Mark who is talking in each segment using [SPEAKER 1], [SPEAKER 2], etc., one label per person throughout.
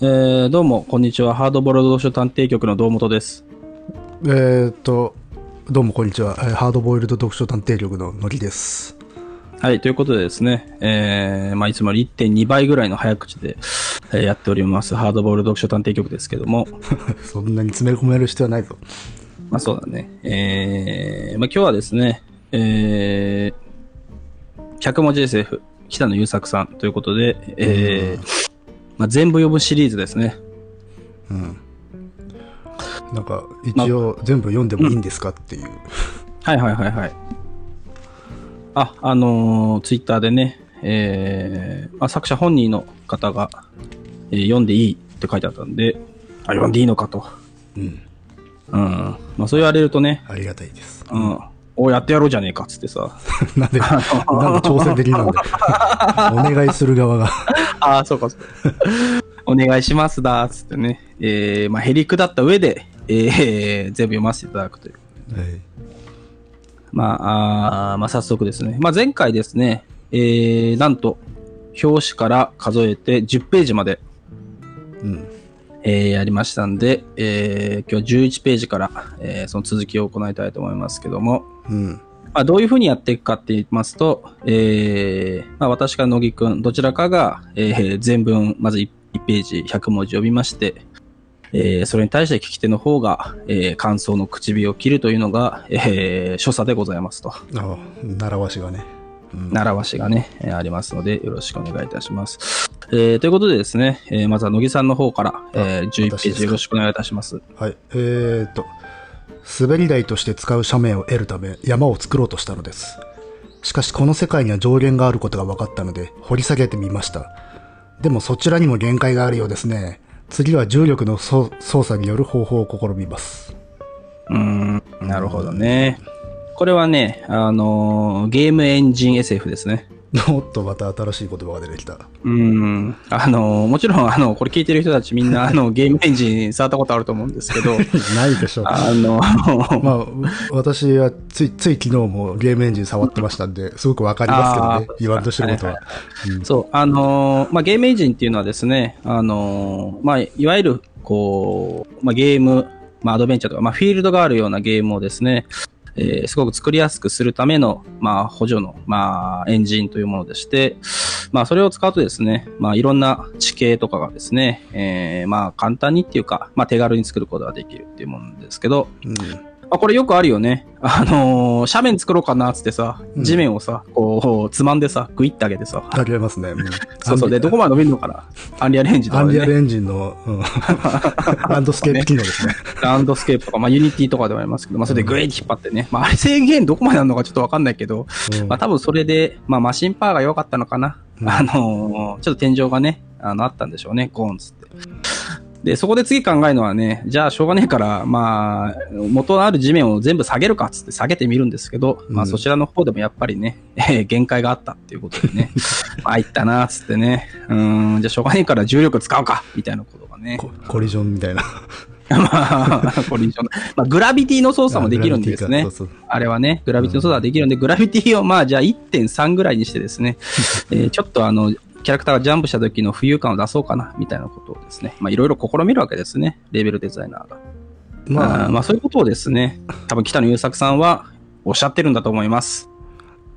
[SPEAKER 1] えーどうも、こんにちは。ハードボールド書探偵局の堂本です。
[SPEAKER 2] えーっと、どうもこんにちは。えーハードボイルド読書探偵力ののりです。
[SPEAKER 1] はい、ということでですね、えーまあ、いつもより1.2倍ぐらいの早口で、えーやっております、ハードボールド読書探偵局ですけども、
[SPEAKER 2] そんなに詰め込める必要はないぞ。
[SPEAKER 1] まあそうだね、えーまあ今日はですね、えー、100文字 SF、北野優作さんということで、えーまあ、全部読むシリーズですね。
[SPEAKER 2] なんか、一応全部読んでもいいんですかっていう。
[SPEAKER 1] はいはいはいはい。あ、あのツイッター Twitter でね、えーまあ、作者本人の方が、えー読んでいいって書いてあったんで、あ、読んでいいのかと。
[SPEAKER 2] うん。
[SPEAKER 1] うん。まあ、そう言われるとね、
[SPEAKER 2] ありがたいです。
[SPEAKER 1] うん。お、やってやろうじゃねえかっつってさ。
[SPEAKER 2] なんで、なんで強制的なん で。お願いする側 が。
[SPEAKER 1] ああ、そうか、そうか。 お願いしますだ、つってね。えー、まあ、へりくだった上で、えー、全部読ませていただくという。
[SPEAKER 2] はい
[SPEAKER 1] まあ、あーまあ、早速ですね。まあ、前回ですね、えー、なんと、表紙から数えて10ページまで、
[SPEAKER 2] うん。
[SPEAKER 1] えーやりましたんで、えー今日は11ページから、えーその続きを行いたいと思いますけども、
[SPEAKER 2] うん。
[SPEAKER 1] まあ、どういうふうにやっていくかって言いますと、えーまあ、私か乃木くん、どちらかが、えー全文、まず 1, ページ100文字読みまして、えーそれに対して聞き手の方が、えー感想の唇を切るというのが、えー所作でございますと。
[SPEAKER 2] あ習わしがね。うん。
[SPEAKER 1] 習わしがね、えーありますので、よろしくお願いいたします。えーということでですね、えーまずは乃木さんの方から、えー11
[SPEAKER 2] 私
[SPEAKER 1] ペ
[SPEAKER 2] で
[SPEAKER 1] ー
[SPEAKER 2] す
[SPEAKER 1] ジ
[SPEAKER 2] か
[SPEAKER 1] よろしくお願いいたします。
[SPEAKER 2] はい。えーっと、滑り台として使う斜面を得るため山を作ろうとしたのです。しかしこの世界には上限があることが分かったので掘り下げてみました。でもそちらにも限界があるようですね。次は重力の操操作による方法を試みます。
[SPEAKER 1] うーん、なるほどね。これはね、あのーゲームエンジン SF ですね。
[SPEAKER 2] おっとまた新しい言葉が出てきた。
[SPEAKER 1] うーん、あのーもちろん、あの、これ聞いてる人たちみんな、あの、ゲームエンジン触ったことあると思うんですけ ど、
[SPEAKER 2] ないでしょう。
[SPEAKER 1] あの、
[SPEAKER 2] まあ、う私はつい、つい昨日もゲームエンジン触ってましたんで、すごくわかりますけどね
[SPEAKER 1] あー、
[SPEAKER 2] 言わんとしてることは。
[SPEAKER 1] そう、あのーまあ、ゲームエンジンっていうのはですね、あのーまあ、いわゆる、こう、まあ、ゲーム、まあ、アドベンチャーとか、まあ、フィールドがあるようなゲームをですね、えーすごく作りやすくするための、まあ、補助の、まあ、エンジンというものでして、まあ、それを使うとですね、まあ、いろんな地形とかがですね、えーまあ、簡単にっていうか、まあ、手軽に作ることができるっていうものですけど、
[SPEAKER 2] うん
[SPEAKER 1] あ、これよくあるよね。あのー斜面作ろうかなっつってさ、
[SPEAKER 2] うん
[SPEAKER 1] 地面をさ、こう、つまんでさ、グイってあげてさ、
[SPEAKER 2] ありますね。うん
[SPEAKER 1] そうそう。で、どこまで伸びるのかなアンリアルエンジンと
[SPEAKER 2] ア
[SPEAKER 1] か
[SPEAKER 2] ンリ
[SPEAKER 1] で、
[SPEAKER 2] ア
[SPEAKER 1] ね
[SPEAKER 2] ル。エンジンの、うん、 ランドスケープ機能ですね。
[SPEAKER 1] ラウンドスケープとか、まあ、ユニティとかでもありますけど、まあ、それでグイーって引っ張ってね。まあ、あれ制限どこまであるのかちょっとわかんないけど、
[SPEAKER 2] うん
[SPEAKER 1] まあ、多分それで、まあ、マシンパワーが良かったのかな。
[SPEAKER 2] うん
[SPEAKER 1] あのーちょっと天井がね、あの、あったんでしょうね。ゴーンっつって。で、そこで次考えるのはね、じゃあしょうがねえから、まあ、元のある地面を全部下げるかっつって下げてみるんですけど、まあ
[SPEAKER 2] うん
[SPEAKER 1] そちらの方でもやっぱりね、えー限界があったっていうことでね、まあいったなっつってね、うーん、じゃあしょうがねえから重力使うかみたいなことがね、
[SPEAKER 2] ココリジョンみたいな。
[SPEAKER 1] まあ、 これ以上のまあ、グラビティの操作もできるんですね
[SPEAKER 2] あ。グラビティかそうそう
[SPEAKER 1] あれはね、グラビティの操作はできるんで、グラビティをまあ、じゃあ1.3ぐらいにしてです ね、えーちょっとあの、キャラクターがジャンプした時の浮遊感を出そうかな、みたいなことをですね、まあ、いろいろ試みるわけですね、レベルデザイナーが。ま
[SPEAKER 2] ま
[SPEAKER 1] あ
[SPEAKER 2] あ、
[SPEAKER 1] ー、まあ、そういうことをですね、多分北野優作さんはおっしゃってるんだと思います。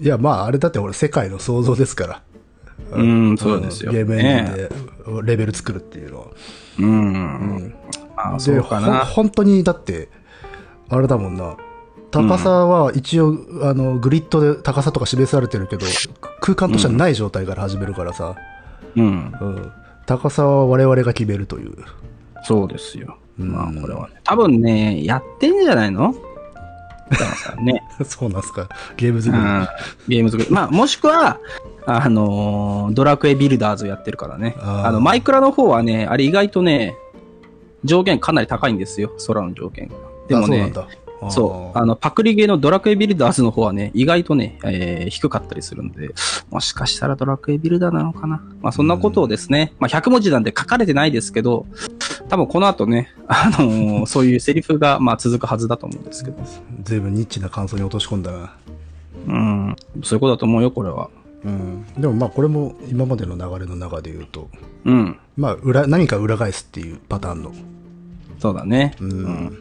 [SPEAKER 2] いや、まあ、あれだって俺、世界の想像ですから。
[SPEAKER 1] うん、そうですよ。
[SPEAKER 2] ゲームエンジン
[SPEAKER 1] ね
[SPEAKER 2] でレベル作るっていうのは。
[SPEAKER 1] うん。まあ、そうか
[SPEAKER 2] ほ
[SPEAKER 1] な。
[SPEAKER 2] 本当に、だって、あれだもんな。高さは一応、あの、グリッドで高さとか示されてるけど、空間としてはない状態から始めるからさ、
[SPEAKER 1] うん。
[SPEAKER 2] うん高さは我々が決めるという。
[SPEAKER 1] そうですよ。
[SPEAKER 2] うん
[SPEAKER 1] まあ、これはね。多分ね、やってんじゃないの北野さんね。
[SPEAKER 2] そうなんすか。ゲーム
[SPEAKER 1] う
[SPEAKER 2] 作り。
[SPEAKER 1] ん
[SPEAKER 2] あ。
[SPEAKER 1] ゲーム作 り。まあ、もしくは、あのードラクエビルダーズをやってるからね。
[SPEAKER 2] あ
[SPEAKER 1] あ
[SPEAKER 2] ー
[SPEAKER 1] の、マイクラの方はね、あれ意外とね、上限かなり高いんですよ。空の上限が。でも
[SPEAKER 2] そうな
[SPEAKER 1] ね
[SPEAKER 2] ん、だ。あー
[SPEAKER 1] そう。あの、パクリゲーのドラクエビルダーズの方はね、意外とね、えー低かったりするんで、もしかしたらドラクエビルダーなのかな。まあ、そんなことをですね、まあ、100文字なんで書かれてないですけど、多分この後ね、 あのーそういうセリフが、まあ、続くはずだと思うんですけど。
[SPEAKER 2] 随分ニッチな感想に落とし込んだな。
[SPEAKER 1] うん。そういうことだと思うよ、これは。
[SPEAKER 2] ううん、でもまあこれも今までの流れの中で言うと、
[SPEAKER 1] うん。
[SPEAKER 2] まあ、裏何か裏返すっていうパターンの、
[SPEAKER 1] そうだね。
[SPEAKER 2] うん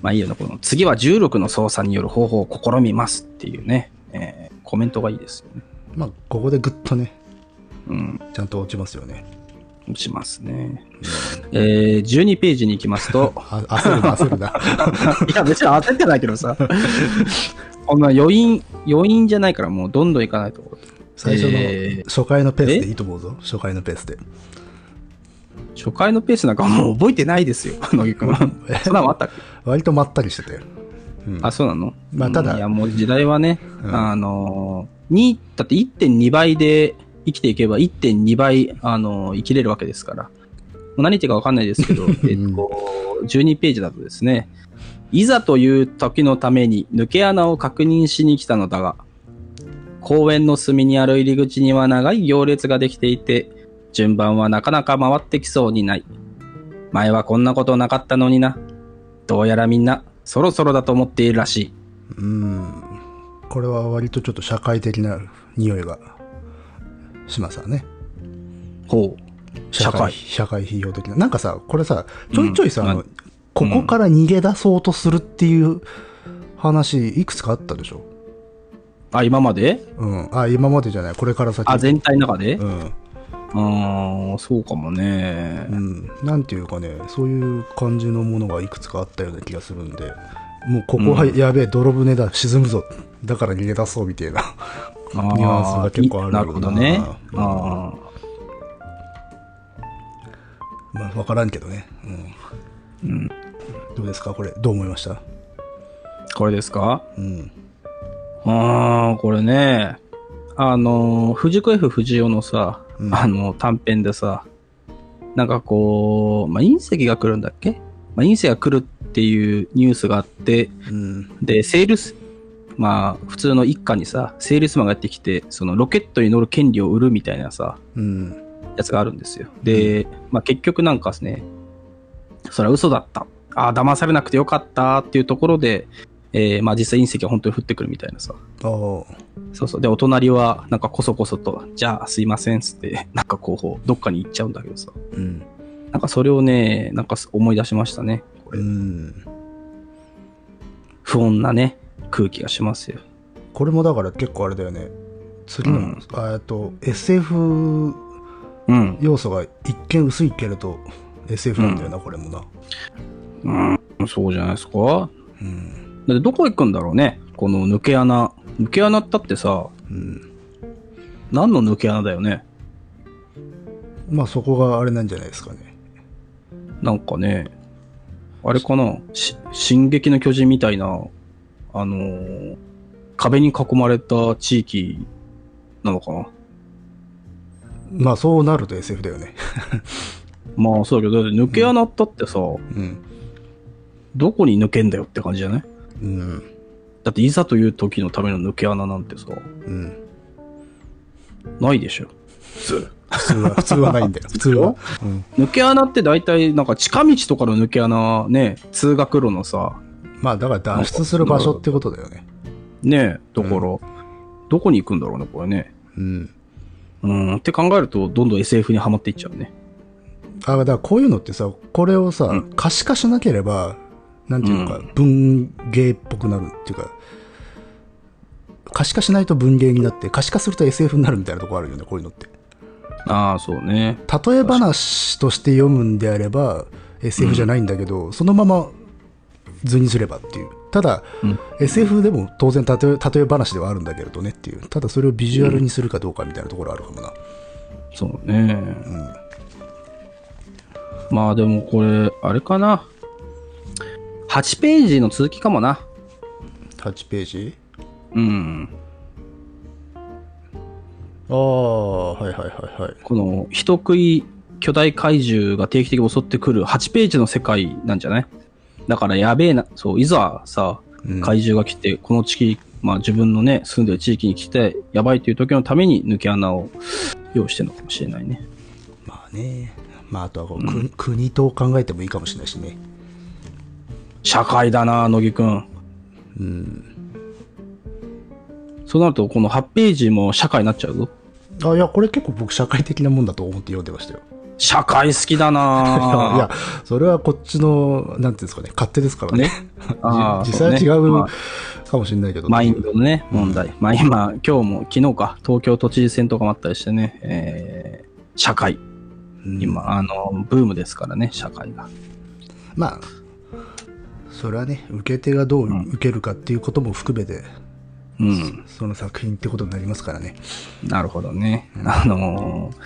[SPEAKER 1] まあいいよね。この次は16の操作による方法を試みますっていうね、えーコメントがいいですよね。
[SPEAKER 2] まあここでぐっとね
[SPEAKER 1] うん。
[SPEAKER 2] ちゃんと落ちますよね、、
[SPEAKER 1] しますね。えー、12ページに行きますと
[SPEAKER 2] あ焦るな焦るな
[SPEAKER 1] いや、別に当たってないけど さ。こんな余韻、余韻じゃないからもうどんどん行かないと。
[SPEAKER 2] 最初の
[SPEAKER 1] えー
[SPEAKER 2] 初回のペースでいいと思うぞ初回のペースで
[SPEAKER 1] 初回のペースなんかもう覚えてない ですよ、野木くん。そんなのあったっけ
[SPEAKER 2] 割とまったりしてたよ、うん
[SPEAKER 1] あ、そうなの
[SPEAKER 2] まあただ
[SPEAKER 1] うんいや、もう時代はね、
[SPEAKER 2] うん
[SPEAKER 1] あのー、に、だって1.2倍で生きていけば1.2倍、あのー生きれるわけですから。もう何言ってるかわかんないです けど、えっと、12ページだとですね、いざという時のために抜け穴を確認しに来たのだが、公園の隅にある入り口には長い行列ができていて、順番はなかなか回ってきそうにない。前はこんなことなかったのにな。どうやらみんな、そろそろだと思っているらしい。
[SPEAKER 2] うんこれは割とちょっと社会的な匂いがしますわね
[SPEAKER 1] ほう。社会
[SPEAKER 2] 社会費用的ななんかさこれさちょいちょいさ、
[SPEAKER 1] うん
[SPEAKER 2] あのここから逃げ出そうとするっていう話いくつかあったでしょ
[SPEAKER 1] あ、今まで
[SPEAKER 2] うん、あ今までじゃないこれから先
[SPEAKER 1] あ、全体の中で
[SPEAKER 2] うん、
[SPEAKER 1] うん、そうかもね
[SPEAKER 2] う。ん、なんていうかねそういう感じのものがいくつかあったような気がするんでもうここは
[SPEAKER 1] うん
[SPEAKER 2] やべえ、泥船だ沈むぞだから逃げ出そうみたいな
[SPEAKER 1] あー
[SPEAKER 2] ニュアンスが結構あるよな
[SPEAKER 1] なるほどね。
[SPEAKER 2] う
[SPEAKER 1] あ
[SPEAKER 2] まあ分からんけどね、うんどうですかこれどう思いました
[SPEAKER 1] ーこれですか
[SPEAKER 2] うん
[SPEAKER 1] あーこれね。あのー、藤子 F 不二雄のさ、
[SPEAKER 2] うん
[SPEAKER 1] あの、短編でさ、なんかこう、まあ、隕石が来るんだっけ、まあ、隕石が来るっていうニュースがあって、
[SPEAKER 2] うん
[SPEAKER 1] で、セールス、まあ、普通の一家にさ、セールスマンがやってきて、そのロケットに乗る権利を売るみたいなさ、
[SPEAKER 2] うん
[SPEAKER 1] やつがあるんですよ。で、まあ、結局なんかですね、それは嘘だった。ああ、騙されなくてよかったっていうところで、えーまあ実際隕石が本当に降ってくるみたいなさ。
[SPEAKER 2] ああ
[SPEAKER 1] そうそう。で、お隣はなんかこそこそと、じゃあすいませんっつって、 なんかこう、どっかに行っちゃうんだけどさ。
[SPEAKER 2] うん
[SPEAKER 1] なんかそれをね、なんか思い出しましたね。こ
[SPEAKER 2] う
[SPEAKER 1] れ
[SPEAKER 2] ん
[SPEAKER 1] 不穏なね、空気がしますよ。
[SPEAKER 2] これもだから結構あれだよね次の、
[SPEAKER 1] うん
[SPEAKER 2] あえっと SF
[SPEAKER 1] うん。
[SPEAKER 2] 要素が一見薄いけれど SF なんだよな、これもな
[SPEAKER 1] うん、そうじゃないですか。
[SPEAKER 2] うん
[SPEAKER 1] だってどこ行くんだろうね、この抜け穴。抜け穴ったってさ、
[SPEAKER 2] うん
[SPEAKER 1] 何の抜け穴だよね。
[SPEAKER 2] まあそこがあれなんじゃないですかね。
[SPEAKER 1] なんかね、あれかな、し進撃の巨人みたいな、あのー壁に囲まれた地域なのかな。
[SPEAKER 2] まあそうなると SF だよね。
[SPEAKER 1] まあそうだけど、だって抜け穴ったってさ、
[SPEAKER 2] うん。
[SPEAKER 1] どこに抜けんだよって感じじゃない
[SPEAKER 2] うん。
[SPEAKER 1] だっていざという時のための抜け穴なんてさ、
[SPEAKER 2] うん。
[SPEAKER 1] ないでしょ。
[SPEAKER 2] 普通は、普通はないんだよ。 普通は。うん。
[SPEAKER 1] 抜け穴って大体なんか近道とかの抜け穴ね、通学路のさ、
[SPEAKER 2] まあだから脱出する場所ってことだよね。
[SPEAKER 1] ねえ、ところ、どこに行くんだろうね、これね。
[SPEAKER 2] うん。
[SPEAKER 1] うん、って考えると、どんどん SF にはまっていっちゃうね。
[SPEAKER 2] あ、だからこういうのってさ、これをさ、
[SPEAKER 1] うん
[SPEAKER 2] 可視化しなければ、なんていうのか、
[SPEAKER 1] う
[SPEAKER 2] 文芸っぽくなるっていうか、可視化しないと文芸になって、可視化すると SF になるみたいなとこあるよね、こういうのって。
[SPEAKER 1] ああ、そうね。
[SPEAKER 2] 例え話として読むんであれば SF じゃないんだけど、そのまま図にすればっていうただ、
[SPEAKER 1] うん
[SPEAKER 2] SF でも当然例え例え話ではあるんだけれどねっていうただそれをビジュアルにするかどうかみたいなところあるかもな、
[SPEAKER 1] そうね。まあでもこれ、あれかな。8ページの続きかもな。
[SPEAKER 2] 8ページ
[SPEAKER 1] うん。
[SPEAKER 2] ああはいはいはいはい
[SPEAKER 1] この、人食い巨大怪獣が定期的に襲ってくる8ページの世界なんじゃないだからやべえな、そう、いざさ、
[SPEAKER 2] うん
[SPEAKER 1] 怪獣が来て、この地域、まあ自分のね、住んでる地域に来て、やばいという時のために抜け穴を用意してるのかもしれないね。
[SPEAKER 2] まあねまああとはこう、く国と考えてもいいかもしれないしね
[SPEAKER 1] 社会だな、乃木くん。
[SPEAKER 2] うん
[SPEAKER 1] そうなると、この8ページも社会になっちゃうぞ。
[SPEAKER 2] あいやこれ結構僕社会的なもんだと思って読んでましたよ
[SPEAKER 1] 社会好きだ
[SPEAKER 2] い やい
[SPEAKER 1] な
[SPEAKER 2] やそれはこっちのなんていうんですかね勝手ですから
[SPEAKER 1] ぁ
[SPEAKER 2] ね
[SPEAKER 1] ね。あー
[SPEAKER 2] じ実際は
[SPEAKER 1] そ
[SPEAKER 2] 違
[SPEAKER 1] ねま
[SPEAKER 2] う
[SPEAKER 1] あ
[SPEAKER 2] かもしれないけど、
[SPEAKER 1] マインドのね、問題。まあ今、今日も、昨日か、東京都知事選とかもあったりしてね、えー社会。
[SPEAKER 2] うん
[SPEAKER 1] 今、あの、ブームですからね、社会が。
[SPEAKER 2] まあそれはね受け手がどう受けるかっていうことも含めて、
[SPEAKER 1] うん。
[SPEAKER 2] その作品ってことになりますからね
[SPEAKER 1] なるほどね。あのー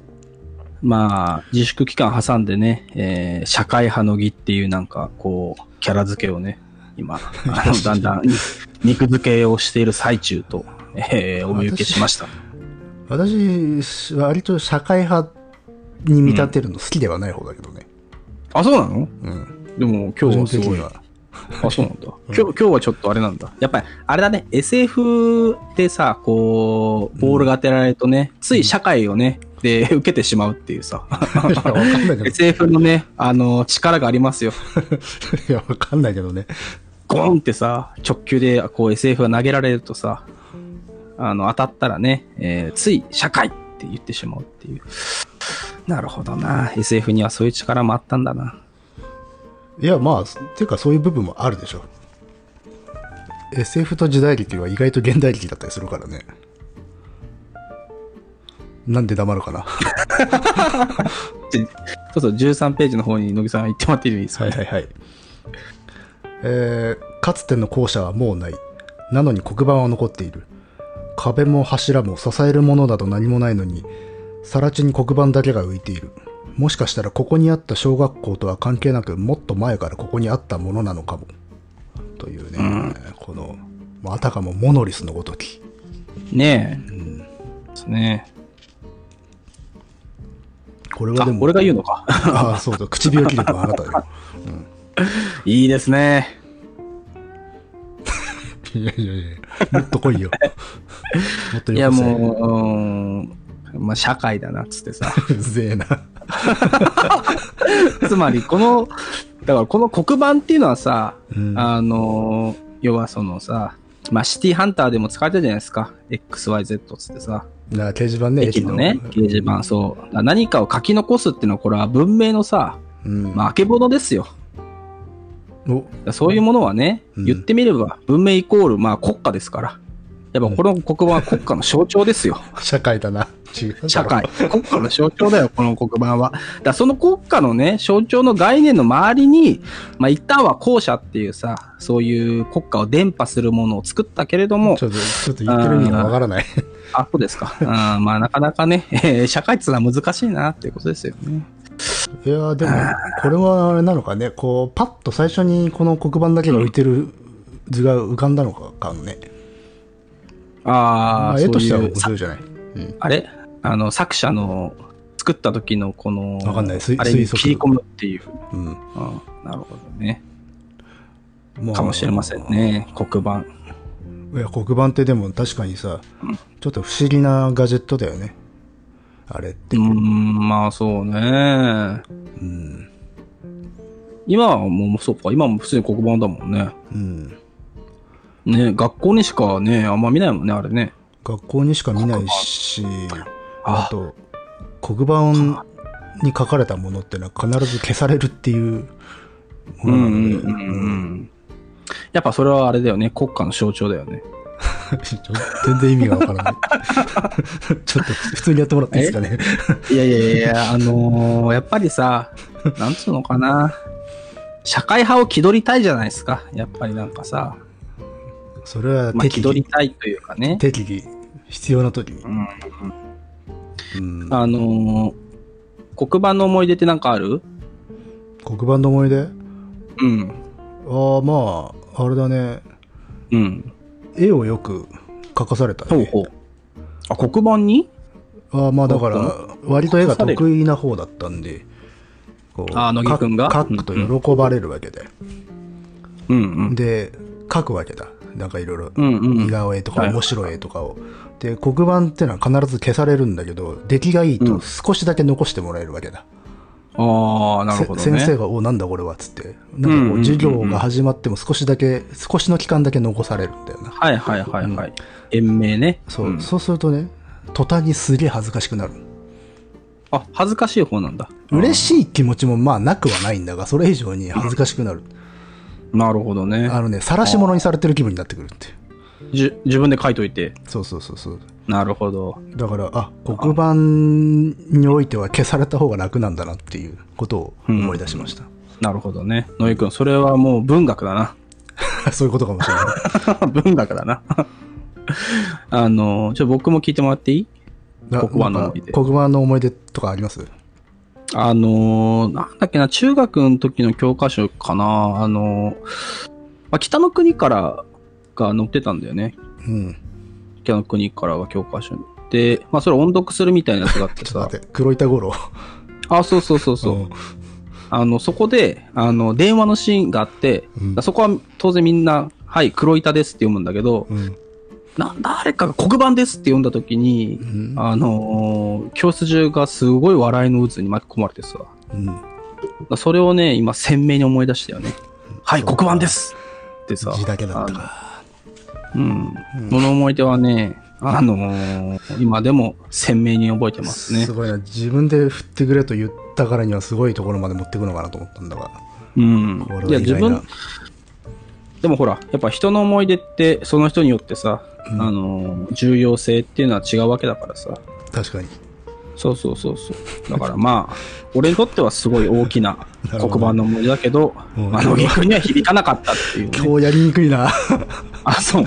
[SPEAKER 1] まあ、自粛期間挟んでね、えー社会派の儀っていうなんか、こう、キャラ付けをね、今、あ の、だんだん、肉付けをしている最中と、えーお見受けしました。
[SPEAKER 2] 私割と社会派に見立てるの好きではない方だけどね、
[SPEAKER 1] あ、そうなの
[SPEAKER 2] うん、
[SPEAKER 1] でも、今
[SPEAKER 2] 個
[SPEAKER 1] 日
[SPEAKER 2] 人
[SPEAKER 1] はす
[SPEAKER 2] 的
[SPEAKER 1] ごい
[SPEAKER 2] に。は
[SPEAKER 1] あ、そうなんだ。今日、今日はちょっとあれなんだ。やっぱり、あれだね、SF でさ、こう、ボールが当てられるとね、つい社会をね、で、 受けてしまうっていう さ。
[SPEAKER 2] いやわかんないけど
[SPEAKER 1] SF のね、あの、力がありますよ。
[SPEAKER 2] いやわかんないけどね
[SPEAKER 1] ゴーンってさ、直球でこう SF が投げられるとさ、あの、当たったらね、えーつい社会って言ってしまうっていう。なるほどな。SF にはそういう力もあったんだな。
[SPEAKER 2] いやまあっていうかそういう部分もあるでしょ SF と時代劇は意外と現代劇だったりするからねなんで黙るかなは
[SPEAKER 1] でそうそう、13ページの方に野木さん行ってもらっていいですか、
[SPEAKER 2] いはいはいえー、かつての校舎はもうないなのに黒板は残っている壁も柱も支えるものなど何もないのに更地に黒板だけが浮いているもしかしたらここにあった小学校とは関係なくもっと前からここにあったものなのかもというね、このまああたかもモノリスのごとき
[SPEAKER 1] ねえ。ですね。
[SPEAKER 2] これは
[SPEAKER 1] あ
[SPEAKER 2] で、も
[SPEAKER 1] 俺が言うのか。
[SPEAKER 2] ああそうだ唇を切るのはあなただよ
[SPEAKER 1] いいですね。
[SPEAKER 2] いやいやいやもっと来い よもっと
[SPEAKER 1] いや
[SPEAKER 2] よこせ
[SPEAKER 1] もう、うーんまあ、社会だなっつってさ。
[SPEAKER 2] うぜえな
[SPEAKER 1] つまり、この、だからこの黒板っていうのはさ、
[SPEAKER 2] うん
[SPEAKER 1] あの、要はそのさ、まあ、シティハンターでも使われたじゃないですか。XYZ っつってさ、
[SPEAKER 2] な掲示板ね
[SPEAKER 1] 駅のね、掲示板、そう。だから何かを書き残すっていうのは、これは文明のさ、
[SPEAKER 2] うん
[SPEAKER 1] まあ、あけぼのですよ。
[SPEAKER 2] お
[SPEAKER 1] だからそういうものはね、
[SPEAKER 2] うん
[SPEAKER 1] 言ってみれば、文明イコール、まあ、国家ですから。やっぱこの黒板は国家の象徴ですよ。
[SPEAKER 2] 社会だな違うだろ
[SPEAKER 1] 社会。国家の象徴だよ、この黒板は。だからその国家のね、象徴の概念の周りに、まあ一旦は校舎っていうさ、そういう国家を伝播するものを作ったけれども
[SPEAKER 2] ち、ょっとちょっと言ってる意味がわからない
[SPEAKER 1] あ、そうですか。うんまあなかなかね、え ー社会ってのは難しいなっていうことですよね。
[SPEAKER 2] いやーでもこれはあれなのかねこうパッと最初にこの黒板だけが浮いてる図が浮かんだのかかね、
[SPEAKER 1] あ
[SPEAKER 2] ま
[SPEAKER 1] あ、
[SPEAKER 2] あ、
[SPEAKER 1] そ
[SPEAKER 2] 絵
[SPEAKER 1] う
[SPEAKER 2] としては
[SPEAKER 1] いう
[SPEAKER 2] 面、白いじゃないうん
[SPEAKER 1] あれあの、作者の作った時のこの、
[SPEAKER 2] わかんない推
[SPEAKER 1] あれに
[SPEAKER 2] 推測
[SPEAKER 1] 切り込むっていう。
[SPEAKER 2] うん
[SPEAKER 1] うん、なるほどね。
[SPEAKER 2] まあ
[SPEAKER 1] かもしれませんね、黒板。
[SPEAKER 2] いや黒板ってでも確かにさちょっと不思議なガジェットだよねあれって
[SPEAKER 1] うーん、まあそうね。
[SPEAKER 2] うん、
[SPEAKER 1] 今はもうそうか、今も普通に黒板だもんね。
[SPEAKER 2] うん、
[SPEAKER 1] ね、学校にしかね、あんま見ないもんね、あれね。
[SPEAKER 2] 学校にしか見ないしあ
[SPEAKER 1] あ
[SPEAKER 2] と黒板に書かれたものってのは必ず消されるっていうも
[SPEAKER 1] う
[SPEAKER 2] の
[SPEAKER 1] ん
[SPEAKER 2] な
[SPEAKER 1] うん
[SPEAKER 2] ので、
[SPEAKER 1] うんうん。やっぱそれはあれだよね、国家の象徴だよね。
[SPEAKER 2] ちょ 全然意味がわからない。 ちょっと普通にやってもらっていいですかね。
[SPEAKER 1] いやいやいや、 あのーやっぱりさ、なんつうのかな。社会派を気取りたいじゃないですか。やっぱりなんかさ、
[SPEAKER 2] それは
[SPEAKER 1] まあ、
[SPEAKER 2] 適
[SPEAKER 1] 気取
[SPEAKER 2] 宜
[SPEAKER 1] り、たいというかね。
[SPEAKER 2] 適宜、必要な時に
[SPEAKER 1] う。ん、
[SPEAKER 2] うん
[SPEAKER 1] あのー黒板の思い出ってなんかある
[SPEAKER 2] 黒板の思い出あ
[SPEAKER 1] うん。
[SPEAKER 2] あ、まあ、あれだね。
[SPEAKER 1] うん。
[SPEAKER 2] 絵をよく描かされた、
[SPEAKER 1] ほう
[SPEAKER 2] ね。
[SPEAKER 1] ほう。あ、黒板に
[SPEAKER 2] ああ、まあだから
[SPEAKER 1] ほう、
[SPEAKER 2] 割と絵が得意な方だったんで、こう
[SPEAKER 1] あー乃木くんが
[SPEAKER 2] か描くと喜ばれるわけで。
[SPEAKER 1] うんうん。
[SPEAKER 2] で、描くわけだ。なんかいろいろ。
[SPEAKER 1] うんうん
[SPEAKER 2] 似。顔絵とか
[SPEAKER 1] はい
[SPEAKER 2] 面白い絵とかを、で黒板ってのは必ず消されるんだけど出来がいいと少しだけ残してもらえるわけだ、
[SPEAKER 1] ああ、なるほど
[SPEAKER 2] せ
[SPEAKER 1] ね。
[SPEAKER 2] 先生が「おなんだこれは」っつってな
[SPEAKER 1] うん
[SPEAKER 2] んかこ
[SPEAKER 1] うんうんう
[SPEAKER 2] うん授業が始まっても少しだけ少しの期間だけ残されるんだよな
[SPEAKER 1] はいはいはいはい。延命ね。
[SPEAKER 2] そう,、
[SPEAKER 1] ん
[SPEAKER 2] そうするとね途端にすげえ恥ずかしくなる
[SPEAKER 1] あ、恥ずかしい方なんだ。
[SPEAKER 2] 嬉しい気持ちもまあなくはないんだがそれ以上に恥ずかしくなる
[SPEAKER 1] なるほどね。
[SPEAKER 2] あのね晒し者にされてる気分になってくるっていう
[SPEAKER 1] じゅ自分で書いといて。
[SPEAKER 2] そうそうそうそう
[SPEAKER 1] なるほど。
[SPEAKER 2] だからあ黒板においては消された方が楽なんだなっていうことを思い出しました、
[SPEAKER 1] なるほどね。野井くん、それはもう文学だな。
[SPEAKER 2] そういうことかもしれない
[SPEAKER 1] 文学だな。 あの、ちょ、僕も聞いてもらっていい
[SPEAKER 2] な
[SPEAKER 1] 黒板の思い
[SPEAKER 2] な
[SPEAKER 1] 出
[SPEAKER 2] んか黒板の思い出とかあります
[SPEAKER 1] あのーなんだっけな、中学の時の教科書かな、あのーまあ、北の国からが載ってたんだよね。
[SPEAKER 2] うん。
[SPEAKER 1] 北の国からが教科書に。で、まあ、それ音読するみたいなやつがあって
[SPEAKER 2] ちょっ
[SPEAKER 1] さ
[SPEAKER 2] と待。って、黒板五郎。
[SPEAKER 1] あ、そうそうそうそう。
[SPEAKER 2] うん
[SPEAKER 1] あの、そこで、あの、電話のシーンがあって、
[SPEAKER 2] うん
[SPEAKER 1] そこは当然みんな、はい、黒板ですって読むんだけど、
[SPEAKER 2] うん。
[SPEAKER 1] な、誰かが黒板ですって読んだ時に、
[SPEAKER 2] うん
[SPEAKER 1] あのー教室中がすごい笑いの渦に巻き込まれてさ。
[SPEAKER 2] うん
[SPEAKER 1] それをね、今鮮明に思い出したよね。はい、黒板ですってさ。
[SPEAKER 2] 字だけだったか。
[SPEAKER 1] あのうん。この思い出はね、あのー今でも鮮明に覚えてますね
[SPEAKER 2] す。ごいな。自分で振ってくれと言ったからにはすごいところまで持ってくのかなと思ったんだが。
[SPEAKER 1] うん
[SPEAKER 2] これ。はい
[SPEAKER 1] や、
[SPEAKER 2] 意
[SPEAKER 1] 自
[SPEAKER 2] 外
[SPEAKER 1] 分
[SPEAKER 2] な、。
[SPEAKER 1] でもほら、やっぱ人の思い出って、その人によってさ、
[SPEAKER 2] うん
[SPEAKER 1] あのー重要性っていうのは違うわけだからさ。
[SPEAKER 2] 確かに。
[SPEAKER 1] そうそうそうそう。だからま あ、俺にとってはすごい大きな黒
[SPEAKER 2] なるほど
[SPEAKER 1] 板の思い出だけど、
[SPEAKER 2] うん
[SPEAKER 1] あの、逆には響かなかったっていう、ね。
[SPEAKER 2] 今日やりにくいな。
[SPEAKER 1] あ、 そう。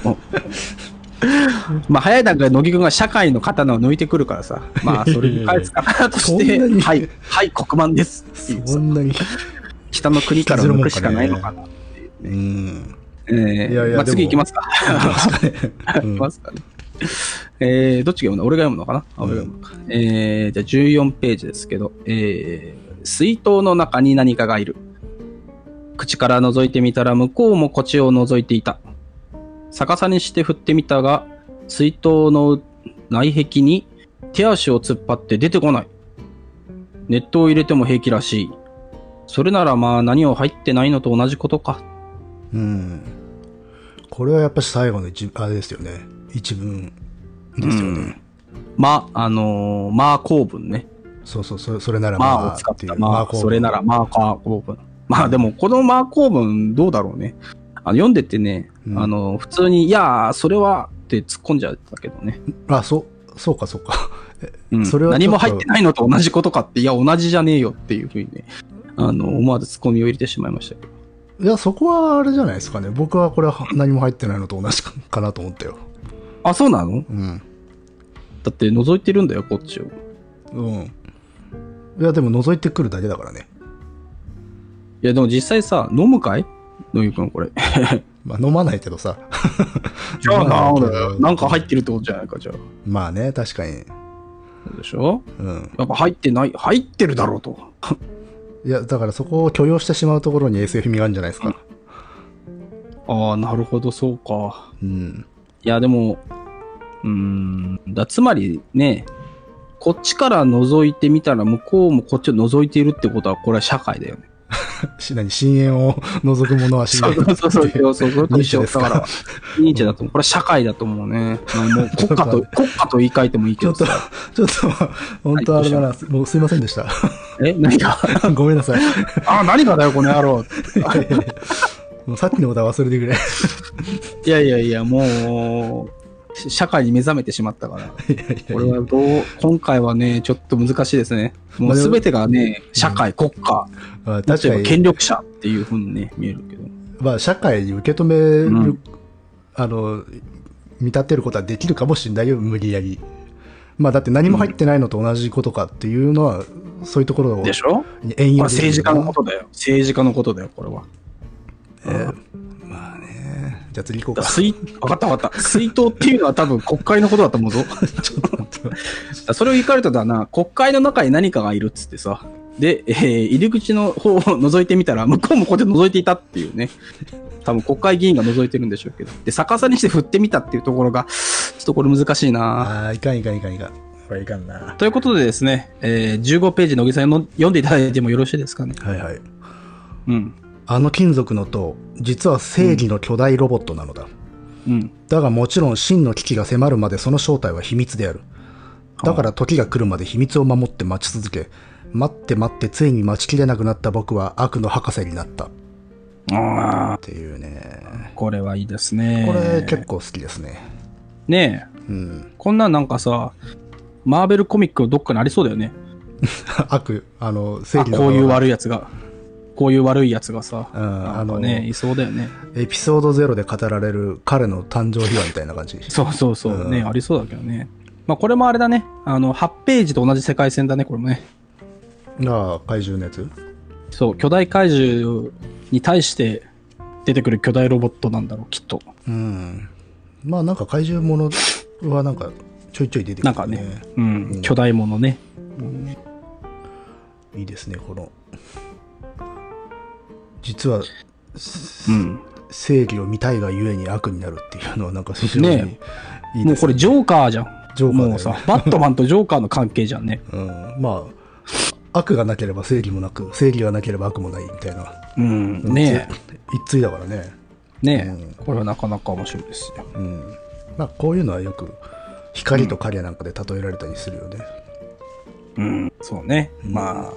[SPEAKER 1] まあ、早い段階で乃木君が社会の刀を抜いてくるからさ、まあ、それに返す刀とし
[SPEAKER 2] いや いやいやそ
[SPEAKER 1] て、
[SPEAKER 2] んなに
[SPEAKER 1] はい、はい、黒板ですっていう
[SPEAKER 2] そ んなに。
[SPEAKER 1] 北の国から抜くしかないのかな。
[SPEAKER 2] うん。
[SPEAKER 1] え
[SPEAKER 2] いや
[SPEAKER 1] ー
[SPEAKER 2] いや
[SPEAKER 1] まあ、
[SPEAKER 2] でも
[SPEAKER 1] 次行きますか。行き
[SPEAKER 2] うん
[SPEAKER 1] ますかね。えー、どっちが読むの俺が読むのかなあ俺が読むのか。えー、じゃあ14ページですけど、えー、水筒の中に何かがいる。口から覗いてみたら向こうもこっちを覗いていた。逆さにして振ってみたが、水筒の内壁に手足を突っ張って出てこない。ネットを入れても平気らしい。それならまあ何を入ってないのと同じことか。
[SPEAKER 2] うん。これはやっぱし最後の一、あれですよね。一文ですよね。
[SPEAKER 1] まあ、あのーまあ構文ね。
[SPEAKER 2] そうそう、それそれなら
[SPEAKER 1] まあを使
[SPEAKER 2] っ
[SPEAKER 1] って
[SPEAKER 2] い
[SPEAKER 1] た。
[SPEAKER 2] う。
[SPEAKER 1] まあ、
[SPEAKER 2] こう
[SPEAKER 1] それなら。マーカー構文。まあでも、このマー構文どうだろうね。あの読んでってね、
[SPEAKER 2] うん
[SPEAKER 1] あの、普通に、いやー、それはって突っ込んじゃったけどね。
[SPEAKER 2] あ、そう、そうかそうか。
[SPEAKER 1] うん、
[SPEAKER 2] それはち
[SPEAKER 1] 何
[SPEAKER 2] ょっと
[SPEAKER 1] も入ってないのと同じことかって、いや、同じじゃねえよっていうふうにね、あの、思わず突っ込みを入れてしまいましたけど。
[SPEAKER 2] いや、そこはあれじゃないですかね。僕はこれは何も入ってないのと同じかかなと思ったよ。
[SPEAKER 1] あ、そうなの
[SPEAKER 2] うん。
[SPEAKER 1] だって覗いてるんだよ、こっちを。
[SPEAKER 2] うん。いや、でも覗いてくるだけだからね。
[SPEAKER 1] いや、でも実際さ、飲むかい野木君これ。
[SPEAKER 2] まあ、飲まないけ どさ。
[SPEAKER 1] じゃあな、
[SPEAKER 2] 飲まいけ
[SPEAKER 1] 俺
[SPEAKER 2] ど
[SPEAKER 1] なんか入ってるってことじゃないか、じゃあ。
[SPEAKER 2] まあね、確かに。
[SPEAKER 1] でしょ
[SPEAKER 2] うん。
[SPEAKER 1] やっぱ入ってない、入ってるだろうと。
[SPEAKER 2] いや、だからそこを許容してしまうところに SF 味があるんじゃないですか。
[SPEAKER 1] ああ、なるほど、そうか。
[SPEAKER 2] うん。
[SPEAKER 1] いや、でも、うーん、だつまりね、こっちから覗いてみたら向こうもこっちを覗いているってことは、これは社会だよね。
[SPEAKER 2] し、何、深淵を覗く者は深
[SPEAKER 1] そう
[SPEAKER 2] 淵。
[SPEAKER 1] そうそうそう、そうそう、
[SPEAKER 2] ニーチェですか
[SPEAKER 1] だから、ニーチェだと思う。これは社会だと思うね。もう国家と、国家と言い換えてもいいけ
[SPEAKER 2] ちょ
[SPEAKER 1] ど
[SPEAKER 2] っと
[SPEAKER 1] さ。、
[SPEAKER 2] ちょっと、本当あれだな、もうすいませんでした。
[SPEAKER 1] え何か
[SPEAKER 2] ごめんなさい。
[SPEAKER 1] ああ、何かだよ、この野郎。
[SPEAKER 2] もうさっきのことは忘れてくれ。
[SPEAKER 1] いやいやいや、もう、し社会に目覚めてしまったから。これはどう、今回はね、ちょっと難しいですね。も
[SPEAKER 2] まあ
[SPEAKER 1] う
[SPEAKER 2] でも
[SPEAKER 1] 全てがね、社会、国家、
[SPEAKER 2] あ確
[SPEAKER 1] 例
[SPEAKER 2] か
[SPEAKER 1] えば
[SPEAKER 2] に。
[SPEAKER 1] 権力者っていうふうにね、見えるけど。
[SPEAKER 2] まあ、社会に受け止める、
[SPEAKER 1] うん
[SPEAKER 2] あの見立てることはできるかもしれないよ、無理やり。まあ、だって何も入ってないのと同じことかっていうのは、そういうところを
[SPEAKER 1] でしょこ
[SPEAKER 2] に遠
[SPEAKER 1] れ
[SPEAKER 2] 用
[SPEAKER 1] 政治家のことだよ。政治家のことだよ、これは。
[SPEAKER 2] じゃあ次行こう
[SPEAKER 1] だ
[SPEAKER 2] か。
[SPEAKER 1] から水、わかったわかった。水筒っていうのは多分国会のことだと思うぞ。
[SPEAKER 2] ちょっと待って
[SPEAKER 1] だそれを言い換えるとだな、国会の中に何かがいるっつってさ。で、えー入り口の方を覗いてみたら、向こうもこうやって覗いていたっていうね。多分国会議員が覗いてるんでしょうけど。で、逆さにして振ってみたっていうところが、ちょっとこれ難しいな
[SPEAKER 2] ああ、いかんいかんいかんいかん。
[SPEAKER 3] これいかんな。
[SPEAKER 1] ということでですね、えー15ページの小木さんの読んでいただいてもよろしいですかね。
[SPEAKER 2] はいはい。
[SPEAKER 1] うん。
[SPEAKER 2] あの金属の塔、実は正義の巨大ロボットなのだ。
[SPEAKER 1] うん。
[SPEAKER 2] だがもちろん真の危機が迫るまでその正体は秘密である。だから時が来るまで秘密を守って待ち続け、待って待ってついに待ちきれなくなった僕は悪の博士になったっ
[SPEAKER 1] あ
[SPEAKER 2] ていうね。
[SPEAKER 1] あ、これはいいですね。
[SPEAKER 2] これ結構好きですね。
[SPEAKER 1] ねえ、
[SPEAKER 2] うん。
[SPEAKER 1] こんなんなんかさ、マーベルコミックどっかにありそうだよね。
[SPEAKER 2] 悪、あの、正
[SPEAKER 1] あ
[SPEAKER 2] 義の
[SPEAKER 1] こういう
[SPEAKER 2] 悪。
[SPEAKER 1] 悪いやつが、こういう悪いやつがさ、
[SPEAKER 2] うん
[SPEAKER 1] な
[SPEAKER 2] あ
[SPEAKER 1] んか
[SPEAKER 2] の
[SPEAKER 1] ね、いそうだよね。
[SPEAKER 2] エピソード0で語られる彼の誕生秘話みたいな感じ。
[SPEAKER 1] そうそうそう、
[SPEAKER 2] うん
[SPEAKER 1] ね、ありそうだけどね。まあ、これもあれだね。あの、8ページと同じ世界線だね、これもね。
[SPEAKER 2] ああ、怪獣のやつ
[SPEAKER 1] そう、巨大怪獣に対して出てくる巨大ロボットなんだろう、きっと。
[SPEAKER 2] うん。まあなんか怪獣ものはなんかちょいちょい出て
[SPEAKER 1] なん
[SPEAKER 2] く
[SPEAKER 1] か
[SPEAKER 2] る
[SPEAKER 1] ね
[SPEAKER 2] ね。、
[SPEAKER 1] うん、
[SPEAKER 2] うん
[SPEAKER 1] 巨大ものね。
[SPEAKER 2] いいですね、この。実は
[SPEAKER 1] うん。
[SPEAKER 2] 正義を見たいがゆえに悪になるっていうのはなんか非常にいい
[SPEAKER 1] ね
[SPEAKER 2] ですね。
[SPEAKER 1] もうこれ、ジョーカーじゃん。
[SPEAKER 2] ジョーカーだよね
[SPEAKER 1] もうさ、バットマンとジョーカーの関係じゃんね。
[SPEAKER 2] うん、まあ、悪がなければ正義もなく、正義がなければ悪もないみたいな。
[SPEAKER 1] うん、ね
[SPEAKER 2] 一対だからね。
[SPEAKER 1] え、ねえ、
[SPEAKER 2] うん
[SPEAKER 1] これはなかなか面白いですよ。
[SPEAKER 2] うん。まあこういうのはよく光と影なんかで例えられたりするよね。
[SPEAKER 1] うん、そうね。まあ、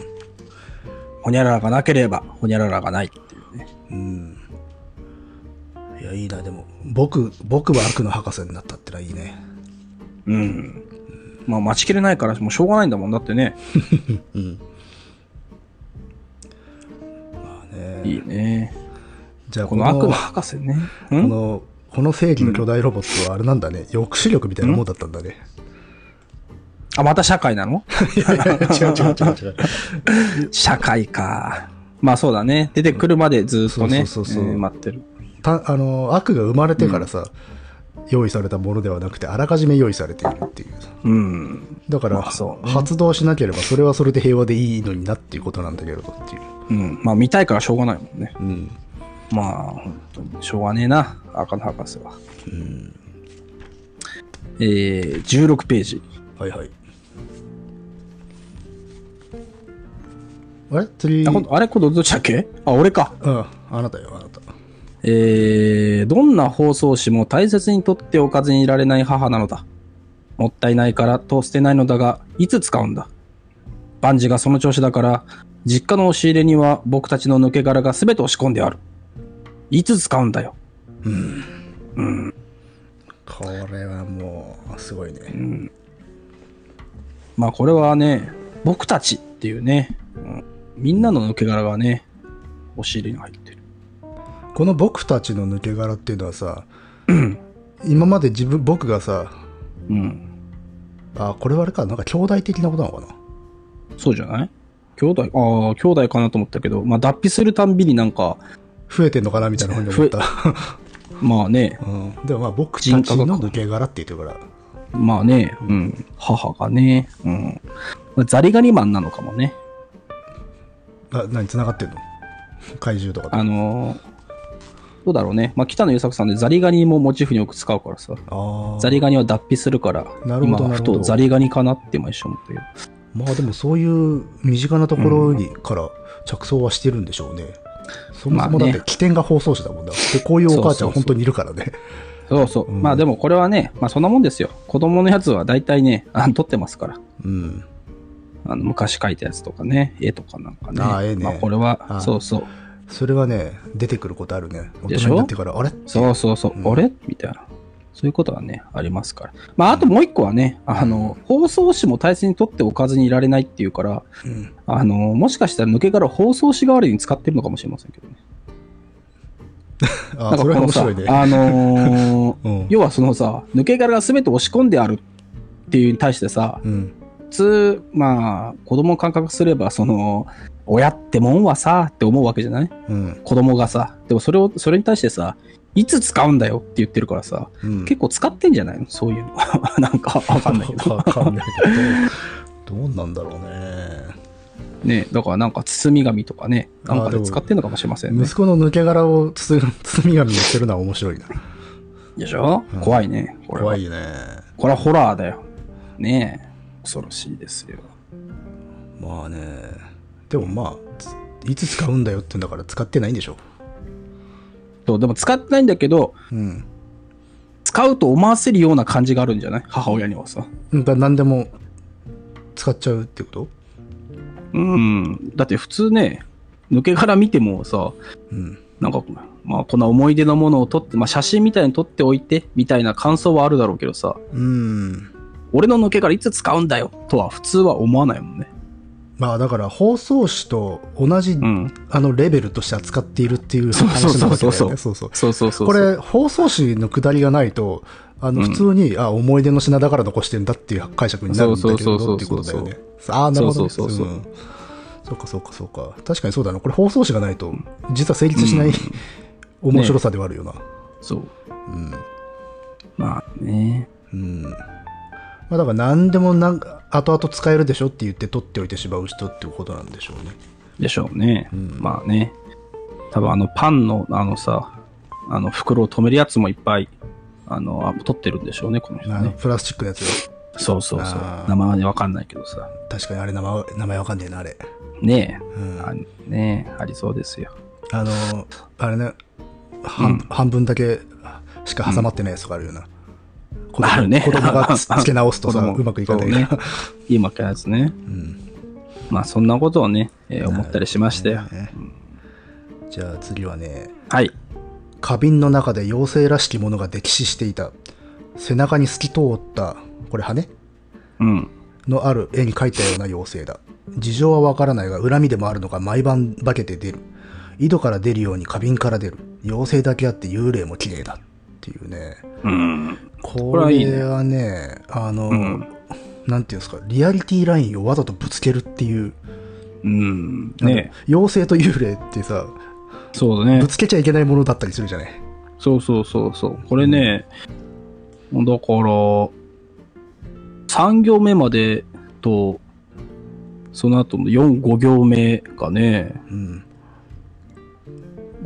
[SPEAKER 1] ほにゃららがなければ、ほにゃららがないっていうね。
[SPEAKER 2] うん。いや、いいな、でも、僕、僕は悪の博士になったってのはいいね。
[SPEAKER 1] うん。まあ、待ちきれないから、もうしょうがないんだもんだって ね。
[SPEAKER 2] まあね、
[SPEAKER 1] いいね。
[SPEAKER 2] じゃあ
[SPEAKER 1] こ
[SPEAKER 2] こ
[SPEAKER 1] の
[SPEAKER 2] の、
[SPEAKER 1] 悪
[SPEAKER 2] こ
[SPEAKER 1] の
[SPEAKER 2] の、
[SPEAKER 1] 博士ね。う
[SPEAKER 2] こ
[SPEAKER 1] ん
[SPEAKER 2] の、正義の巨大ロボットはあれなんだね、抑止力みたいなもんだったんだね。
[SPEAKER 1] あ、また社会な の
[SPEAKER 3] 違う違う違う違う。
[SPEAKER 1] 社会か。まあそうだね。出てくるまでずっとね、
[SPEAKER 2] そうそうそうそう
[SPEAKER 1] えー待ってる。
[SPEAKER 2] たあの悪が生まれてからさ、用意されたものではなくて、あらかじめ用意されているっていう。
[SPEAKER 1] うん。
[SPEAKER 2] だから、
[SPEAKER 1] まあそうね
[SPEAKER 2] 発動しなければ、それはそれで平和でいいのになっていうことなんだけれどっていう。
[SPEAKER 1] うん。まあ見たいからしょうがないもんね。
[SPEAKER 2] うん。
[SPEAKER 1] まあ、本当にしょうがねえな、赤の博士は。えー、16ページ。
[SPEAKER 2] はいはい。あれ次。
[SPEAKER 1] あ今度あれこれどっちだっけあ、俺か。
[SPEAKER 2] うん、あなたよ、あなた。
[SPEAKER 1] えー、どんな包装紙も大切に取っておかずにいられない母なのだ。もったいないからと捨てないのだが、いつ使うんだ万事がその調子だから、実家の押し入れには僕たちの抜け殻が全て押し込んである。いつ使うんだよ。
[SPEAKER 2] これはもう、すごいね。
[SPEAKER 1] まあこれはね、僕たちっていうね、うんみんなの抜け殻がね、押し入れに入ってる。
[SPEAKER 2] この僕たちの抜け殻っていうのはさ、今まで自分、僕がさ、
[SPEAKER 1] うん。
[SPEAKER 2] あ、これはあれか、なんか兄弟的なことなのかな。
[SPEAKER 1] そうじゃない兄弟、ああ、兄弟かなと思ったけど、まあ脱皮するたんびになんか、
[SPEAKER 2] 増えてんのかなみたいなふうに思った。
[SPEAKER 1] まあね、
[SPEAKER 2] うん、でもまあ、僕たちの
[SPEAKER 1] 人格か
[SPEAKER 2] 抜け殻って言ってるから、
[SPEAKER 1] まあね、うん、母がね、うん。ザリガニマンなのかもね。
[SPEAKER 2] あ、何、繋がってんの怪獣とかと。
[SPEAKER 1] あのーどうだろうね。まあ、北野優作さんでザリガニもモチーフによく使うからさ。
[SPEAKER 2] あー
[SPEAKER 1] ザリガニは脱皮するから、
[SPEAKER 2] なるほど
[SPEAKER 1] 今
[SPEAKER 2] なる
[SPEAKER 1] ふ
[SPEAKER 2] ほど
[SPEAKER 1] とザリガニかなって今一瞬思ったけど。
[SPEAKER 2] まあでもそういう身近なところにから着想はしてるんでしょうね。そもそも
[SPEAKER 1] ま
[SPEAKER 2] だ
[SPEAKER 1] あ
[SPEAKER 2] っ
[SPEAKER 1] ね
[SPEAKER 2] て起点が放送紙だもんだ。でこういうお母ち
[SPEAKER 1] そ
[SPEAKER 2] ゃん
[SPEAKER 1] うそうそう
[SPEAKER 2] 本当にいるからね。
[SPEAKER 1] そうそう。
[SPEAKER 2] うん
[SPEAKER 1] まあでもこれはね、まあそんなもんですよ。子供のやつは大体ね、あの撮ってますから。
[SPEAKER 2] うん。
[SPEAKER 1] あの昔描いたやつとかね、絵とかなんかね。
[SPEAKER 2] ああ絵ね
[SPEAKER 1] まあこれ
[SPEAKER 2] ああ
[SPEAKER 1] は、そうそう。
[SPEAKER 2] それはね、出てくることあるね。大
[SPEAKER 1] でし
[SPEAKER 2] 人
[SPEAKER 1] ょ
[SPEAKER 2] になってから、あれ
[SPEAKER 1] そうそうそう、
[SPEAKER 2] うん
[SPEAKER 1] あれみたいな。そういうことはね、ありますから。まあ、あともう一個はね、あの、包装紙も大切に取っておかずにいられないっていうから、
[SPEAKER 2] うん
[SPEAKER 1] あの、もしかしたら抜け殻を包装紙代わりに使ってるのかもしれませんけどね。
[SPEAKER 2] あ、そ
[SPEAKER 1] か
[SPEAKER 2] れは面
[SPEAKER 1] さ、
[SPEAKER 2] 白いね。
[SPEAKER 1] あ のー
[SPEAKER 2] うん。
[SPEAKER 1] 要はそのさ、抜け殻が全て押し込んであるっていうに対してさ、
[SPEAKER 2] うん。
[SPEAKER 1] 普通、まあ、子供の感覚すれば、その、親ってもんはさ、って思うわけじゃない
[SPEAKER 2] うん。
[SPEAKER 1] 子供がさ。でもそれを、それに対してさ、いつ使うんだよって言ってるからさ、
[SPEAKER 2] うん。
[SPEAKER 1] 結構使ってんじゃないのそういうの。 なんかわかんないけ ど。
[SPEAKER 2] わかんないけど。どうなんだろうね。
[SPEAKER 1] ねだからなんか包み紙とかね、なん
[SPEAKER 2] あ
[SPEAKER 1] か
[SPEAKER 2] で
[SPEAKER 1] で
[SPEAKER 2] も
[SPEAKER 1] 使ってんのかもしれませんね
[SPEAKER 2] 息。子の抜け殻を包み 包み紙にしてるのは面白いな。
[SPEAKER 1] でしょ、
[SPEAKER 2] うん
[SPEAKER 1] 怖いね。これは
[SPEAKER 2] 怖いね。
[SPEAKER 1] これはホラーだよ。ね恐ろしいですよ。
[SPEAKER 2] まあねでもまあついつ使うんだよって言うんだから使ってないんでしょ
[SPEAKER 1] そう、でも使ってないんだけど、
[SPEAKER 2] うん
[SPEAKER 1] 使うと思わせるような感じがあるんじゃない母親にはさ。
[SPEAKER 2] だから何でも使っちゃうってこと
[SPEAKER 1] うん。だって普通ね、抜け殻見てもさ、
[SPEAKER 2] うん
[SPEAKER 1] なんか、まあ、こんな思い出のものを撮って、まあ、写真みたいに撮っておいて、みたいな感想はあるだろうけどさ、
[SPEAKER 2] うん
[SPEAKER 1] 俺の抜け殻いつ使うんだよとは普通は思わないもんね。
[SPEAKER 2] まあだから包装紙と同じ、
[SPEAKER 1] うん。
[SPEAKER 2] あのレベルとして扱っているっていう
[SPEAKER 1] そうそう
[SPEAKER 2] 話な
[SPEAKER 1] そ
[SPEAKER 2] わ
[SPEAKER 1] う
[SPEAKER 2] け
[SPEAKER 1] そう
[SPEAKER 2] だよねそうそ
[SPEAKER 1] そ
[SPEAKER 2] う
[SPEAKER 1] うそうそうそう。
[SPEAKER 2] これ、包装紙のくだりがないと、あの、
[SPEAKER 1] うん
[SPEAKER 2] 普通に、あ、思い出の品だから残してんだっていう解釈になるんだけ
[SPEAKER 1] そ
[SPEAKER 2] ど、
[SPEAKER 1] うそ
[SPEAKER 2] っ
[SPEAKER 1] う
[SPEAKER 2] て
[SPEAKER 1] そ
[SPEAKER 2] い
[SPEAKER 1] う
[SPEAKER 2] うこ
[SPEAKER 1] そう
[SPEAKER 2] とだよね。ああ、なるほどね。
[SPEAKER 1] そうそうそうそうん
[SPEAKER 2] そうか、そうか、そうか。確かにそうだな。これ、包装紙がないと、実は成立しない、 面白さではあるよな。
[SPEAKER 1] そう。
[SPEAKER 2] うん。
[SPEAKER 1] まあね。
[SPEAKER 2] うん。まあ、だから、何でもなんか、後々使えるでしょって言って取っておいてしまう人っていうことなんでしょうね。
[SPEAKER 1] でしょうね。
[SPEAKER 2] ん
[SPEAKER 1] まあね。多分あのパンのあのさ、あの袋を止めるやつもいっぱい、あの、あ取ってるんでしょうね、この人
[SPEAKER 2] あの、
[SPEAKER 1] ね。
[SPEAKER 2] プラスチックのやつよ。
[SPEAKER 1] そうそうそう
[SPEAKER 2] あ。ー
[SPEAKER 1] 名前はわかんないけどさ。
[SPEAKER 2] 確かに、あれ名前、名前わかんねえな、あれ。
[SPEAKER 1] ね
[SPEAKER 2] うん
[SPEAKER 1] え。あねえ、ありそうですよ。
[SPEAKER 2] あの、あれね、半半分だけしか挟まってないやつとかあるよな。子供
[SPEAKER 1] あるね
[SPEAKER 2] 子供が つつけ直すとさ、
[SPEAKER 1] 子供
[SPEAKER 2] うまくいかないから。
[SPEAKER 1] そうねいい負けやつね。
[SPEAKER 2] うん
[SPEAKER 1] まあそんなことをね、えー思ったりしましたよ。
[SPEAKER 2] ねじゃあ次はね、
[SPEAKER 1] はい。
[SPEAKER 2] 花瓶の中で妖精らしきものが溺死していた。背中に透き通った、これ羽
[SPEAKER 1] うん。
[SPEAKER 2] のある絵に描いたような妖精だ。事情はわからないが、恨みでもあるのか、毎晩化けて出る。井戸から出るように花瓶から出る。妖精だけあって幽霊も綺麗だ。っていうね。
[SPEAKER 1] うん。
[SPEAKER 2] こ
[SPEAKER 1] れはいいね
[SPEAKER 2] れはね、あの、
[SPEAKER 1] うん
[SPEAKER 2] なんていうんですか、リアリティラインをわざとぶつけるっていう、
[SPEAKER 1] うん。ね
[SPEAKER 2] 妖精と幽霊ってさ、
[SPEAKER 1] え。そうだね
[SPEAKER 2] ぶ。つけちゃいけないものだったりするじゃない。
[SPEAKER 1] そうそうそうそう。これね、だから、3行目までと、その後の4、5行目がね、
[SPEAKER 2] うん。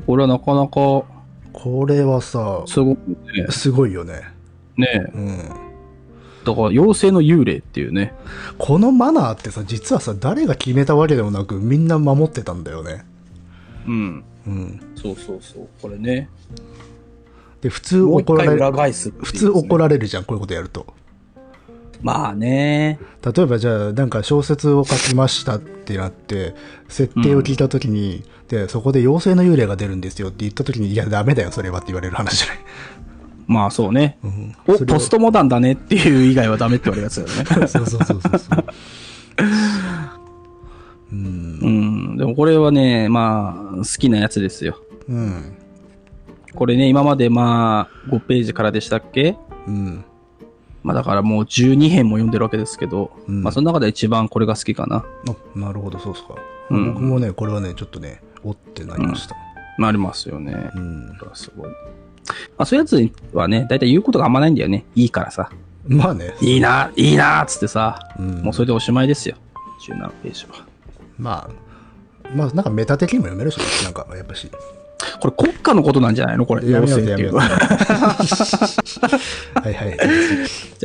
[SPEAKER 1] これはなかなか
[SPEAKER 2] これはさ、
[SPEAKER 1] すごいね。
[SPEAKER 2] すごいよね。
[SPEAKER 1] ね
[SPEAKER 2] うん。
[SPEAKER 1] だから、妖精の幽霊っていうね。
[SPEAKER 2] このマナーってさ、実はさ、誰が決めたわけでもなく、みんな守ってたんだよね。
[SPEAKER 1] うん。
[SPEAKER 2] うん。
[SPEAKER 1] そうそうそう。これね。
[SPEAKER 2] で、普通
[SPEAKER 1] もう一
[SPEAKER 2] 怒ら
[SPEAKER 1] 回
[SPEAKER 2] れ
[SPEAKER 1] 裏
[SPEAKER 2] る、
[SPEAKER 1] 返すっていうね、
[SPEAKER 2] 普通怒られるじゃん、こういうことやると。
[SPEAKER 1] まあね。
[SPEAKER 2] 例えばじゃあなんか小説を書きましたってなって設定を聞いた時に、でそこで妖精の幽霊が出るんですよって言った時にいやダメだよそれはって言われる話じゃない、
[SPEAKER 1] まあそうね。
[SPEAKER 2] うん、
[SPEAKER 1] お、
[SPEAKER 2] それを
[SPEAKER 1] ポストモダンだねっていう以外はダメって言われるやつだよね。
[SPEAKER 2] そうそうそうそうそううん
[SPEAKER 1] うん。でもこれはね、まあ、好きなやつですよ。
[SPEAKER 2] うん
[SPEAKER 1] これね、今までまあ、5ページからでしたっけ
[SPEAKER 2] うん
[SPEAKER 1] まあだからもう12編も読んでるわけですけど、
[SPEAKER 2] うん
[SPEAKER 1] まあその中で一番これが好きかな。
[SPEAKER 2] あなるほどそうっすか、
[SPEAKER 1] うん
[SPEAKER 2] 僕もねこれはねちょっとねおってなりました
[SPEAKER 1] まあありますよね。
[SPEAKER 2] うん、
[SPEAKER 1] すごい。まあそういうやつはね、だいたい言うことがあんまないんだよね。いいからさ。
[SPEAKER 2] まあね、
[SPEAKER 1] いいな、いいな、つってさ。
[SPEAKER 2] うん、
[SPEAKER 1] もうそれでおしまいですよ。17ページは。
[SPEAKER 2] まあまあなんかメタ的にも読めるしなんかやっぱし
[SPEAKER 1] これ国家のことなんじゃないのこれ。
[SPEAKER 2] やめよ
[SPEAKER 1] 妖
[SPEAKER 2] う
[SPEAKER 1] 精っ
[SPEAKER 2] や
[SPEAKER 1] て
[SPEAKER 2] め
[SPEAKER 1] い
[SPEAKER 2] よ
[SPEAKER 1] う
[SPEAKER 2] う。
[SPEAKER 1] のは
[SPEAKER 2] はいはい。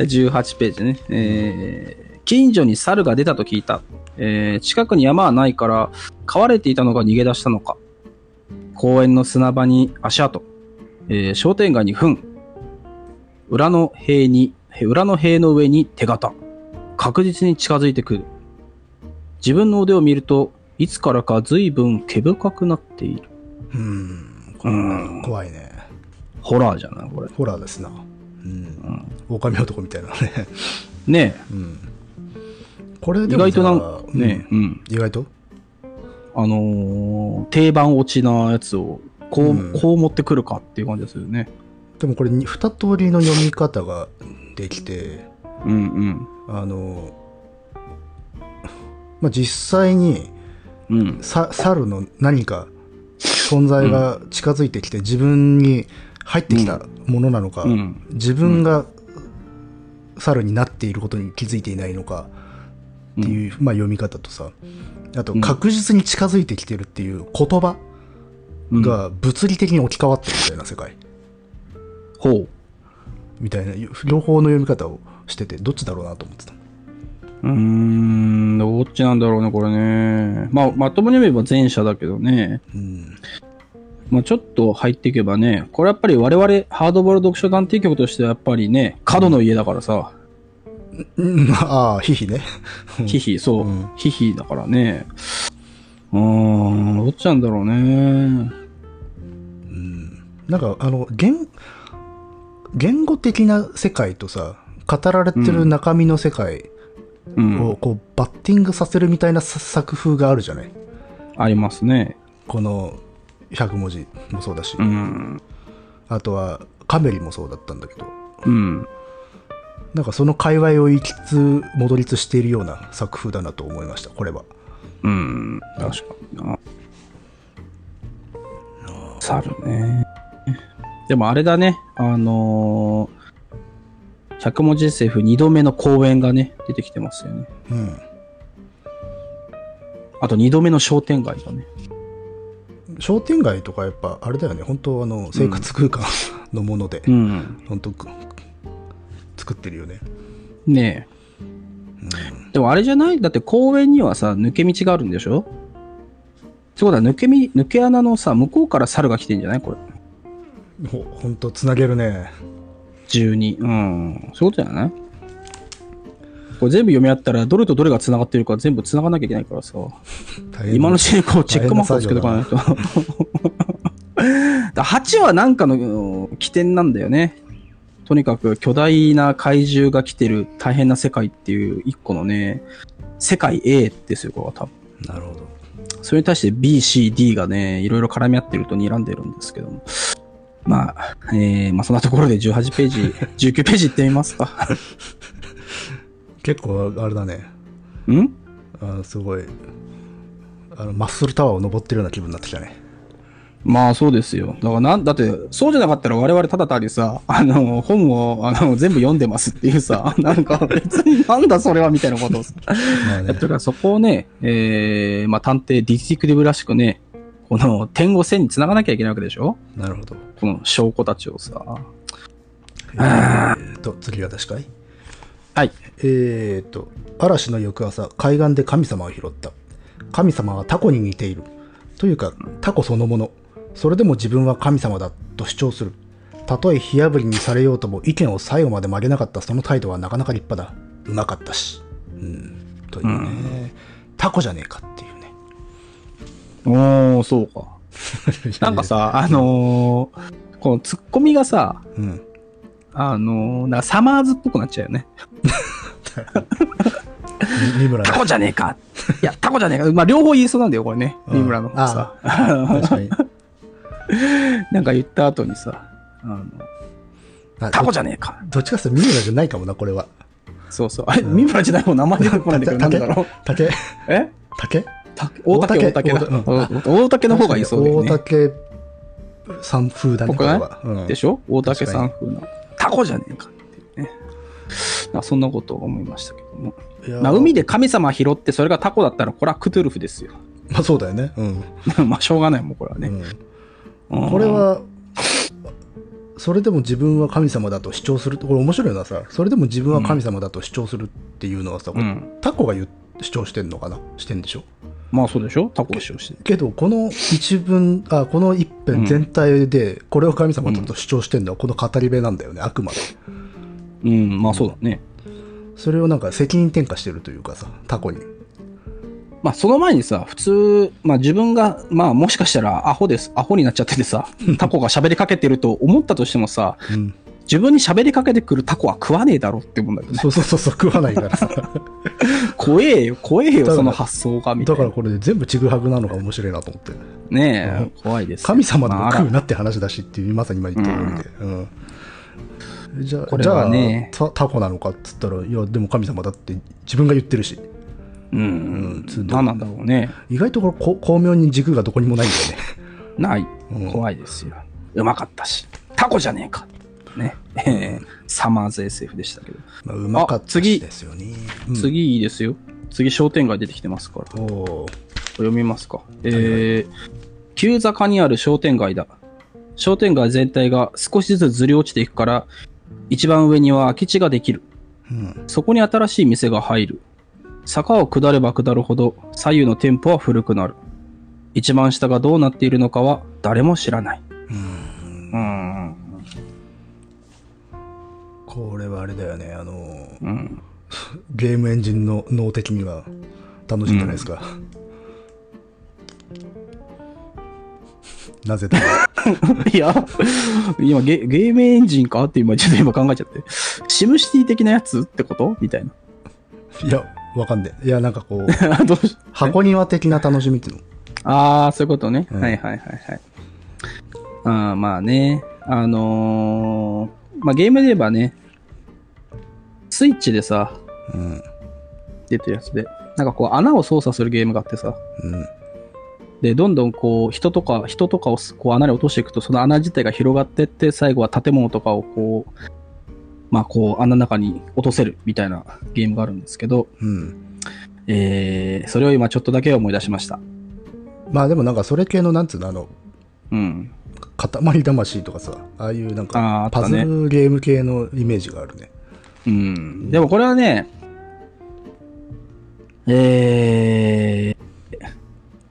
[SPEAKER 1] じゃあ18ページね。えー近所に猿が出たと聞いた。えー近くに山はないから、飼われていたのが逃げ出したのか。公園の砂場に足跡。えー商店街に糞。裏の塀に、へ裏の塀の上に手形。確実に近づいてくる。自分の腕を見ると、いつからか随分毛深くなっている。
[SPEAKER 2] うん。
[SPEAKER 1] うん
[SPEAKER 2] 怖いね。
[SPEAKER 1] ホラーじゃないこれ。
[SPEAKER 2] ホラーですな。うん。狼男みたいなね。
[SPEAKER 1] ね
[SPEAKER 2] うん。これ
[SPEAKER 1] え、
[SPEAKER 2] で
[SPEAKER 1] 意
[SPEAKER 2] もさ
[SPEAKER 1] 外となんか、ねえ、うん。
[SPEAKER 2] 意外と
[SPEAKER 1] あのー定番落ちなやつをこう,、
[SPEAKER 2] うん
[SPEAKER 1] こう持ってくるかっていう感じですよね。
[SPEAKER 2] でもこれに二通りの読み方ができて、
[SPEAKER 1] うんうん。
[SPEAKER 2] あの、まあ、実際に
[SPEAKER 1] うん、
[SPEAKER 2] さ猿の何か存在が近づいてきて自分に入ってきたものなのか、
[SPEAKER 1] うん、
[SPEAKER 2] 自分が猿になっていることに気づいていないのかっていう、まあ、読み方とさあと
[SPEAKER 1] うん
[SPEAKER 2] 確実に近づいてきてるっていう言葉
[SPEAKER 1] うん、
[SPEAKER 2] が物理的に置き換わってるみたいな世界
[SPEAKER 1] ほう
[SPEAKER 2] みたいな両方の読み方をしててどっちだろうなと思ってた
[SPEAKER 1] うーん、どっちなんだろうね、これね。まあ、まともに見れば前者だけどね。
[SPEAKER 2] うん。
[SPEAKER 1] まあ、ちょっと入っていけばね、これやっぱり我々、ハードボール読書探偵局としてはやっぱりね、角の家だからさ、
[SPEAKER 2] うん、ああ、ひひね。
[SPEAKER 1] ヒヒ、そう
[SPEAKER 2] うん、
[SPEAKER 1] ヒヒだからね。うーん、どっちなんだろうね。
[SPEAKER 2] なんか、あの、言、言語的な世界とさ、語られてる中身の世界
[SPEAKER 1] うん、
[SPEAKER 2] を、こう、バッティングさせるみたいなさ作風があるじゃない
[SPEAKER 1] ありますね。
[SPEAKER 2] この100文字もそうだし、
[SPEAKER 1] うん、
[SPEAKER 2] あとはカメリもそうだったんだけど、
[SPEAKER 1] うん。
[SPEAKER 2] なんかその界隈を行きつ戻りつしているような作風だなと思いました、これは。
[SPEAKER 1] うん、確かにな。猿ね。でもあれだね、あのー、100文字 SF2 度目の公演がね、出てきてますよね。
[SPEAKER 2] うん。
[SPEAKER 1] あと2度目の商店街がね。
[SPEAKER 2] 商店街とかやっぱあれだよね、本当あの生活空間のもので、
[SPEAKER 1] うん。
[SPEAKER 2] 本当く作ってるよね。
[SPEAKER 1] ねえ。でもあれじゃないだって公園にはさ、抜け道があるんでしょってことは抜けみ、抜け穴のさ、向こうから猿が来てんじゃないこれ。
[SPEAKER 2] ほ本当つなげるね。
[SPEAKER 1] 12。うん。そういうことじゃないこれ全部読み合ったら、どれとどれが繋がってるか全部繋がなきゃいけないからさ。
[SPEAKER 2] 大変
[SPEAKER 1] 今のうちにこうチェックマークをつけとかないと。だから8はなんかのうん起点なんだよね。とにかく巨大な怪獣が来てる大変な世界っていう一個のね、世界 A ですよ、これは多分。
[SPEAKER 2] なるほど。
[SPEAKER 1] それに対して B、C、D がね、いろいろ絡み合ってると睨んでるんですけども。まあ、えー、まあそんなところで18ページ、19ページ行ってみますか。
[SPEAKER 2] 結構あれだね。
[SPEAKER 1] ん
[SPEAKER 2] あのすごいあのマッスルタワーを登ってるような気分になってきたね。
[SPEAKER 1] まあそうですよ。だからなん、だって、そうじゃなかったら我々ただ単にさ、あの、本を、あの、全部読んでますっていうさ、 なんか別になんだそれはみたいなことをさ。
[SPEAKER 2] まあ
[SPEAKER 1] やっ
[SPEAKER 2] ね
[SPEAKER 1] てるからそこをね、えー、まあ探偵ディティクティブらしくね、この点を線に繋がなきゃいけないわけでしょ
[SPEAKER 2] なるほど。
[SPEAKER 1] この証拠たちをさ。
[SPEAKER 2] えー、と次は確かい
[SPEAKER 1] はい。
[SPEAKER 2] えー、と嵐の翌朝海岸で神様を拾った神様はタコに似ているというかタコそのものそれでも自分は神様だと主張するたとえ火炙りにされようとも意見を最後まで曲げなかったその態度はなかなか立派だうまかったしうんというね、タコじゃねえかっていうね
[SPEAKER 1] おー、そうか。 なんか、さ、あのーこのツッコミがさ、
[SPEAKER 2] うん、
[SPEAKER 1] あのーなんかサマーズっぽくなっちゃうよね。
[SPEAKER 2] 三村
[SPEAKER 1] タ
[SPEAKER 2] の
[SPEAKER 1] コじゃねえか。いや、タコじゃねえか。まあ、両方言いそうなんだよ、これね。
[SPEAKER 2] うん
[SPEAKER 1] 三村の方さ。
[SPEAKER 2] 確かに
[SPEAKER 1] なんか言った後にさ、あのタコじゃねえか。
[SPEAKER 2] どっちかっていうと三村じゃないかもなこれは
[SPEAKER 1] そうそう。あれ、三村じゃないもん、名前出てこないんだけど、なん
[SPEAKER 2] 竹
[SPEAKER 1] だろう。
[SPEAKER 2] 竹
[SPEAKER 1] え
[SPEAKER 2] 竹
[SPEAKER 1] 竹大竹、大
[SPEAKER 2] 大竹
[SPEAKER 1] 竹だ。うん大竹の方がいいそうだよね
[SPEAKER 2] 大。竹さん風だね、
[SPEAKER 1] 僕
[SPEAKER 2] これ
[SPEAKER 1] ね
[SPEAKER 2] は。うん
[SPEAKER 1] でしょ大竹さん風な。タコじゃねえかっていうね。なんかそんなことを思いましたけども。
[SPEAKER 2] いやー
[SPEAKER 1] まあ、海で神様拾って、それがタコだったら、これはクトゥルフですよ。
[SPEAKER 2] まあそうだよね。う ん。
[SPEAKER 1] まあ、しょうがないもん、これはね。
[SPEAKER 2] うんこれは、それでも自分は神様だと主張するこれ面白いのはさ、それでも自分は神様だと主張するっていうのはさ、こ
[SPEAKER 1] う
[SPEAKER 2] れ
[SPEAKER 1] ん。
[SPEAKER 2] タコが言う主張してんのかなしてんでしょ
[SPEAKER 1] まあ、そうでしょタコを使用して。
[SPEAKER 2] けど、この一文、あ、この一辺全体で、これを神様だと主張してんのは、この語り部なんだよね、あくまで。
[SPEAKER 1] うん、まあ、そうだね。
[SPEAKER 2] それをなんか責任転嫁してるというかさ、タコに。
[SPEAKER 1] まあ、その前にさ、普通、まあ、自分が、まあ、もしかしたらアホです、アホになっちゃってて さ、タコが喋りかけてると思ったとしてもさ、
[SPEAKER 2] うん
[SPEAKER 1] 自分に喋りかけてくるタコは食わねえだろって思うんだけ どね。
[SPEAKER 2] そうそうそうそう、食わないからさ。
[SPEAKER 1] 怖えよ、怖え
[SPEAKER 2] だか
[SPEAKER 1] よ、
[SPEAKER 2] ら
[SPEAKER 1] その発想が、みたい
[SPEAKER 2] だか
[SPEAKER 1] な
[SPEAKER 2] ら。これ全部ちぐはぐなのが面白いなと思ってう
[SPEAKER 1] ね
[SPEAKER 2] ん
[SPEAKER 1] え、怖いですよ。
[SPEAKER 2] 神様で
[SPEAKER 1] まあ
[SPEAKER 2] も
[SPEAKER 1] あら
[SPEAKER 2] 食うなって話だしっていうまさに今言った通りで、うんじゃ
[SPEAKER 1] こ
[SPEAKER 2] あ
[SPEAKER 1] れ
[SPEAKER 2] じゃ
[SPEAKER 1] は
[SPEAKER 2] あ
[SPEAKER 1] ね
[SPEAKER 2] タタコなのかっつったらいやでも神様だって自分が言ってるし
[SPEAKER 1] うん
[SPEAKER 2] うん。
[SPEAKER 1] 何なんだろうね。
[SPEAKER 2] 意外とこれこ巧妙に軸がどこにもない んだよね
[SPEAKER 1] ない
[SPEAKER 2] うん。
[SPEAKER 1] 怖いですよ。うまかったし。タコじゃねえか。ね。 えーサマーズ SF でしたけど。
[SPEAKER 2] まあうまかったし
[SPEAKER 1] あ次
[SPEAKER 2] ですよね、うん
[SPEAKER 1] 次いいですよ。次商店街出てきてますから。
[SPEAKER 2] おー
[SPEAKER 1] 読みますか。えー、急坂にある商店街だ。商店街全体が少しずつずり落ちていくから、一番上には空き地ができる。
[SPEAKER 2] うん
[SPEAKER 1] そこに新しい店が入る。坂を下れば下るほど左右のテンポは古くなる。一番下がどうなっているのかは誰も知らない。うん。
[SPEAKER 2] これはあれだよね、あのー
[SPEAKER 1] うん。
[SPEAKER 2] ゲームエンジンの脳的には楽しいんじゃないですか。 なぜだろう
[SPEAKER 1] いや、今ゲゲームエンジンかって今ちょっと今考えちゃって。シムシティ的なやつってことみたいな。
[SPEAKER 2] いや、わかんねえ。いや、なんか こう、
[SPEAKER 1] あどうし
[SPEAKER 2] 箱庭的な楽しみっていうの。
[SPEAKER 1] ああ、そういうことね。
[SPEAKER 2] うん
[SPEAKER 1] はいはいはいはい。あーまあね、あのーまあゲームで言えばね、スイッチでさ、
[SPEAKER 2] うん。
[SPEAKER 1] 出てるやつで、なんかこう穴を操作するゲームがあってさ、
[SPEAKER 2] うん。
[SPEAKER 1] で、どんどんこう人とか、人とかをすこう穴に落としていくと、その穴自体が広がってって、最後は建物とかをこう、まあこう穴の中に落とせるみたいなゲームがあるんですけど、
[SPEAKER 2] うん。
[SPEAKER 1] えー、それを今ちょっとだけ思い出しました。
[SPEAKER 2] まあでもなんかそれ系の、なんつうの、あの、
[SPEAKER 1] うん。
[SPEAKER 2] 塊魂とかさ、ああいうなんか、
[SPEAKER 1] あーあっ
[SPEAKER 2] パ
[SPEAKER 1] た
[SPEAKER 2] ズ
[SPEAKER 1] ね。
[SPEAKER 2] ルゲーム系のイメージがあるね。
[SPEAKER 1] うん。でもこれはね、えー、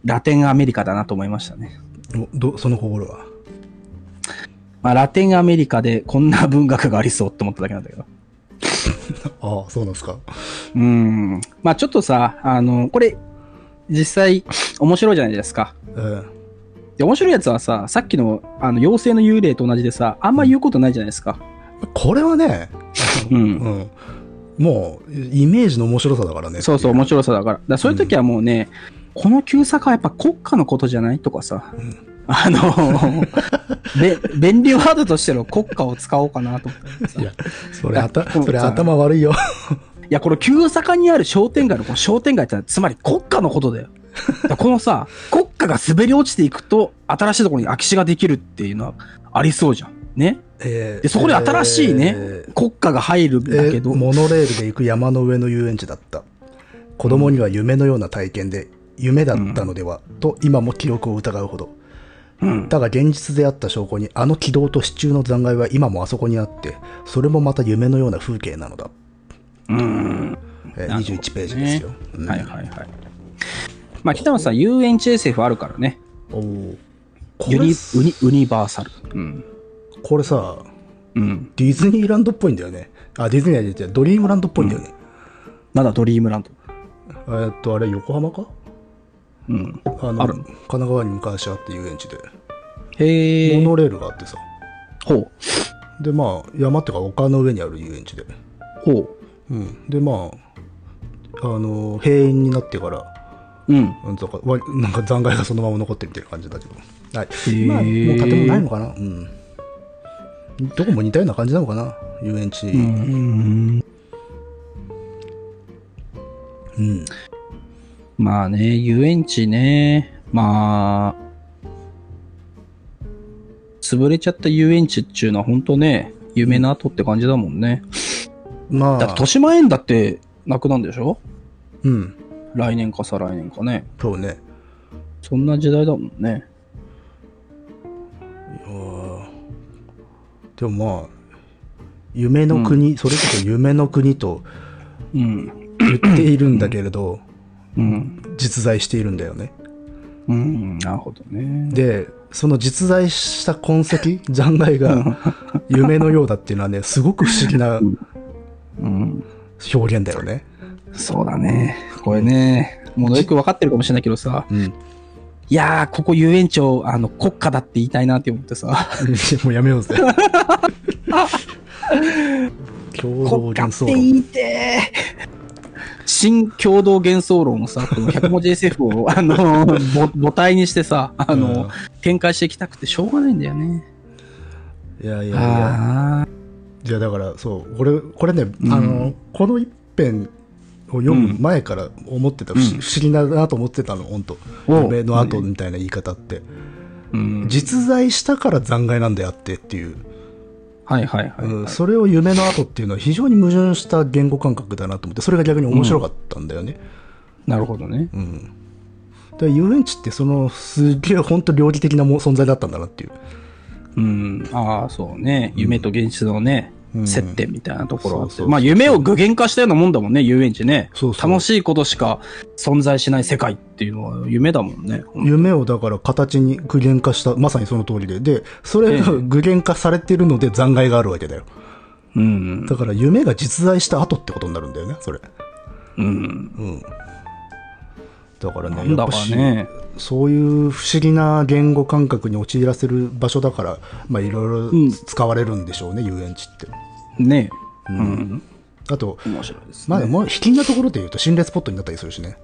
[SPEAKER 1] ラテンアメリカだなと思いましたね。
[SPEAKER 2] おどその心は。
[SPEAKER 1] まあ、ラテンアメリカでこんな文学がありそうって思っただけなんだけど。
[SPEAKER 2] ああ、そうなんですか。
[SPEAKER 1] うん。まあちょっとさ、あの、これ、実際、面白いじゃないですか。
[SPEAKER 2] うん。
[SPEAKER 1] で、面白いやつはさ、さっきの、あの、妖精の幽霊と同じでさ、あんま言うことないじゃないですか。
[SPEAKER 2] これはね、
[SPEAKER 1] う。
[SPEAKER 2] うんん。もう、イメージの面白さだからね。
[SPEAKER 1] そうそう、面白さだから。だからそういう時はもうね、この旧作はやっぱ国家のことじゃないとかさ、あの、 べ便利ワードとしての国家を使おうかなと思ってさ。
[SPEAKER 2] い
[SPEAKER 1] い
[SPEAKER 2] や、それ、あた、
[SPEAKER 1] うん
[SPEAKER 2] それ頭悪 いよ。
[SPEAKER 1] や、この旧坂にある商店街のこの商店街ってのはつまり国家のことだよ。だからこのさ、国家が滑り落ちていくと、新しいところに空き地ができるっていうのはありそうじゃん。ね。
[SPEAKER 2] え
[SPEAKER 1] で、そこで新しいね、
[SPEAKER 2] え
[SPEAKER 1] 国家が入るん
[SPEAKER 2] ーえ
[SPEAKER 1] だけど、
[SPEAKER 2] ーモノレールで行く山の上の遊園地だった。子供には夢のような体験で、夢だったのでは、と今も記憶を疑うほど。
[SPEAKER 1] うん。
[SPEAKER 2] だが現実であった証拠に、あの軌道と支柱の残骸は今もあそこにあって、それもまた夢のような風景なのだ。
[SPEAKER 1] うん。
[SPEAKER 2] えー
[SPEAKER 1] なるほどね
[SPEAKER 2] 21ページですよ。うん
[SPEAKER 1] はいはいはい。まあ、北野さん、遊園地 SF あるからね。
[SPEAKER 2] おーこ
[SPEAKER 1] ユニ
[SPEAKER 2] れ、
[SPEAKER 1] ウニウニバーサル。うん。
[SPEAKER 2] これさ、
[SPEAKER 1] うん。
[SPEAKER 2] ディズニーランドっぽいんだよね。あ、ディズニーランドじゃないドリームランドっぽいんだよね。
[SPEAKER 1] まだドリームランド。
[SPEAKER 2] えーっと、あれ、横浜か
[SPEAKER 1] うん。
[SPEAKER 2] あの
[SPEAKER 1] ある
[SPEAKER 2] 神奈川に昔あって遊園地で、
[SPEAKER 1] へ
[SPEAKER 2] モ
[SPEAKER 1] え。
[SPEAKER 2] ノレールがあってさ
[SPEAKER 1] ほう。
[SPEAKER 2] でまあ山っていうか丘の上にある遊園地で、
[SPEAKER 1] ほう。
[SPEAKER 2] うん、でまああの閉園になってから
[SPEAKER 1] うん。
[SPEAKER 2] うんとか割なんか残骸がそのまま残ってるみたいな感じだけど、はい
[SPEAKER 1] ー
[SPEAKER 2] まあ、もう建物ないのかな、うん、どこも似たような感じなのかな遊園地、
[SPEAKER 1] うん。
[SPEAKER 2] うん
[SPEAKER 1] まあね、遊園地ね。まあ、潰れちゃった遊園地っていうのは本当ね、夢の後って感じだもんね。
[SPEAKER 2] まあ
[SPEAKER 1] だって、豊島園だってなくなんでしょ
[SPEAKER 2] うん
[SPEAKER 1] 来年か再来年かね。
[SPEAKER 2] そうね
[SPEAKER 1] そんな時代だもんね。
[SPEAKER 2] いやーでもまあ夢の国、それこそ夢の国と
[SPEAKER 1] うん。
[SPEAKER 2] 言っているんだけれど、
[SPEAKER 1] うん。
[SPEAKER 2] 実在しているんだよね。
[SPEAKER 1] うん。なるほどね。
[SPEAKER 2] で、その実在した痕跡、 残骸が夢のようだっていうのはね、すごく不思議な
[SPEAKER 1] うん。
[SPEAKER 2] 表現だよね。
[SPEAKER 1] そうだね。これね、もうよく分かってるかもしれないけどさ、
[SPEAKER 2] うん。
[SPEAKER 1] いやー、ここ遊園地をあの国家だって言いたいなって思ってさ、
[SPEAKER 2] もうやめ ようぜ。共同
[SPEAKER 1] 国家っ
[SPEAKER 2] 幻
[SPEAKER 1] て
[SPEAKER 2] 想
[SPEAKER 1] 言
[SPEAKER 2] 論。
[SPEAKER 1] いてー新共同幻想論をさ、この100文字 SF を、あの、ぼ母体にしてさ、あの、
[SPEAKER 2] うん
[SPEAKER 1] 展開していきたくてしょうがないんだよね。
[SPEAKER 2] いやいやいや。
[SPEAKER 1] ああ
[SPEAKER 2] いやだからそう、これ、これね、あの、この一編を読む前から思ってた、不思
[SPEAKER 1] うん
[SPEAKER 2] 不思議だなと思ってたの、本当
[SPEAKER 1] おう
[SPEAKER 2] 夢の後みたいな言い方って。
[SPEAKER 1] ー、うん。
[SPEAKER 2] 実在したから残骸なんだよってっていう。
[SPEAKER 1] はいはいはい、
[SPEAKER 2] うんそれを夢の後っていうのは非常に矛盾した言語感覚だなと思ってそれが逆に面白かったんだよね、
[SPEAKER 1] なるほどね。
[SPEAKER 2] うんだから遊園地ってそのすげえ本当料理的なも存在だったんだなっていう
[SPEAKER 1] うん。ああ、そうね。夢と現実のね、
[SPEAKER 2] うん
[SPEAKER 1] 接点みたいなところがあっ
[SPEAKER 2] そうそう
[SPEAKER 1] て、
[SPEAKER 2] そう
[SPEAKER 1] まあ夢を具現化したようなもんだもんね、遊園地ね。
[SPEAKER 2] そうそう
[SPEAKER 1] 楽しいことしか存在しない世界っていうのは夢だもんね。
[SPEAKER 2] 夢をだから形に具現化した、まさにその通りで。で、それが
[SPEAKER 1] ええ
[SPEAKER 2] 具現化されてるので残骸があるわけだよ。
[SPEAKER 1] うん。
[SPEAKER 2] だから夢が実在した後ってことになるんだよね、それ。
[SPEAKER 1] うん。
[SPEAKER 2] うん。だから
[SPEAKER 1] な
[SPEAKER 2] ね、
[SPEAKER 1] ん
[SPEAKER 2] や
[SPEAKER 1] だ
[SPEAKER 2] っぱ
[SPEAKER 1] か
[SPEAKER 2] し、
[SPEAKER 1] ね。
[SPEAKER 2] そういう不思議な言語感覚に陥らせる場所だから、まあい
[SPEAKER 1] う
[SPEAKER 2] ろい
[SPEAKER 1] ん
[SPEAKER 2] ろ使われるんでしょうね、遊園地って。
[SPEAKER 1] ねうん。
[SPEAKER 2] あと、
[SPEAKER 1] 面白いです、ね。
[SPEAKER 2] まあでも、卑近なところで言うと心霊スポットになったりするしね。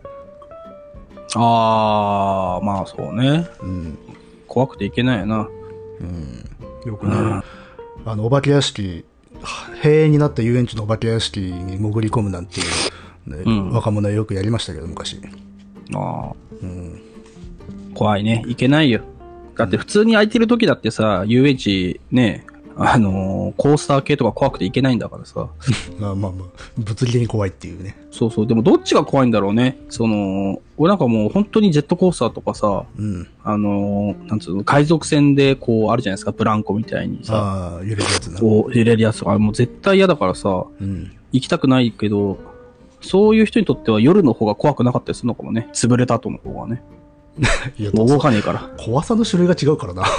[SPEAKER 1] ああ、まあそうね。
[SPEAKER 2] うん。
[SPEAKER 1] 怖くていけないよな。
[SPEAKER 2] よくね、あの、お化け屋敷、閉園になった遊園地のお化け屋敷に潜り込むなんていう、ね
[SPEAKER 1] うん
[SPEAKER 2] 若者はよくやりましたけ ど、昔。
[SPEAKER 1] ああ。
[SPEAKER 2] うん。
[SPEAKER 1] 怖いね。いけないよ。だって普通に空いてる時だってさ、遊園地ね、あのーコースター系とか怖くていけないんだからさ。
[SPEAKER 2] まあまあまあ、物理的に怖いっていうね。
[SPEAKER 1] そうそう。でもどっちが怖いんだろうね。その、俺なんかもう本当にジェットコースターとかさ、
[SPEAKER 2] うん。
[SPEAKER 1] あのーなんつうの、海賊船でこうあるじゃないですか、ブランコみたいにさ、
[SPEAKER 2] ああ、揺れるやつな。
[SPEAKER 1] こう入れるやつとか、あれもう絶対嫌だからさ、
[SPEAKER 2] うん。
[SPEAKER 1] 行きたくないけど、そういう人にとっては夜の方が怖くなかったりするのかもね。潰れた後の方がね。
[SPEAKER 2] いや、
[SPEAKER 1] もう動かねえ から。
[SPEAKER 2] 怖さの種類が違うか らな。比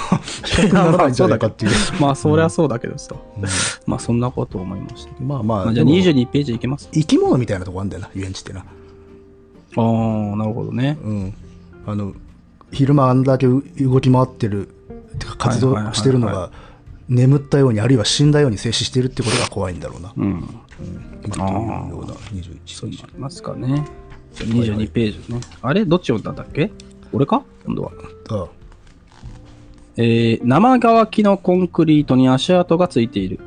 [SPEAKER 2] 較にならないんじゃないかっていう。
[SPEAKER 1] まあ そりゃそうだけどさ。
[SPEAKER 2] う
[SPEAKER 1] まあそんなことを思いました。
[SPEAKER 2] んまあま
[SPEAKER 1] ま
[SPEAKER 2] あ、
[SPEAKER 1] あ、じゃあ
[SPEAKER 2] でも
[SPEAKER 1] 22ページいけます
[SPEAKER 2] 生き物みたいなとこあるんだよな、遊園地ってな。
[SPEAKER 1] ああ、なるほどね。
[SPEAKER 2] うん。あの、昼間あんだけ動き回ってる、てか活動してるの
[SPEAKER 1] はいは
[SPEAKER 2] が、眠ったように、あるいは死んだように静止してるってことが怖いんだろうな。
[SPEAKER 1] うん。
[SPEAKER 2] まあ、というような21
[SPEAKER 1] そうなりますかね。じゃあ22ページね。あれどっち読んだんだっけ俺か今度は。
[SPEAKER 2] あ
[SPEAKER 1] えー生乾きのコンクリートに足跡がついている。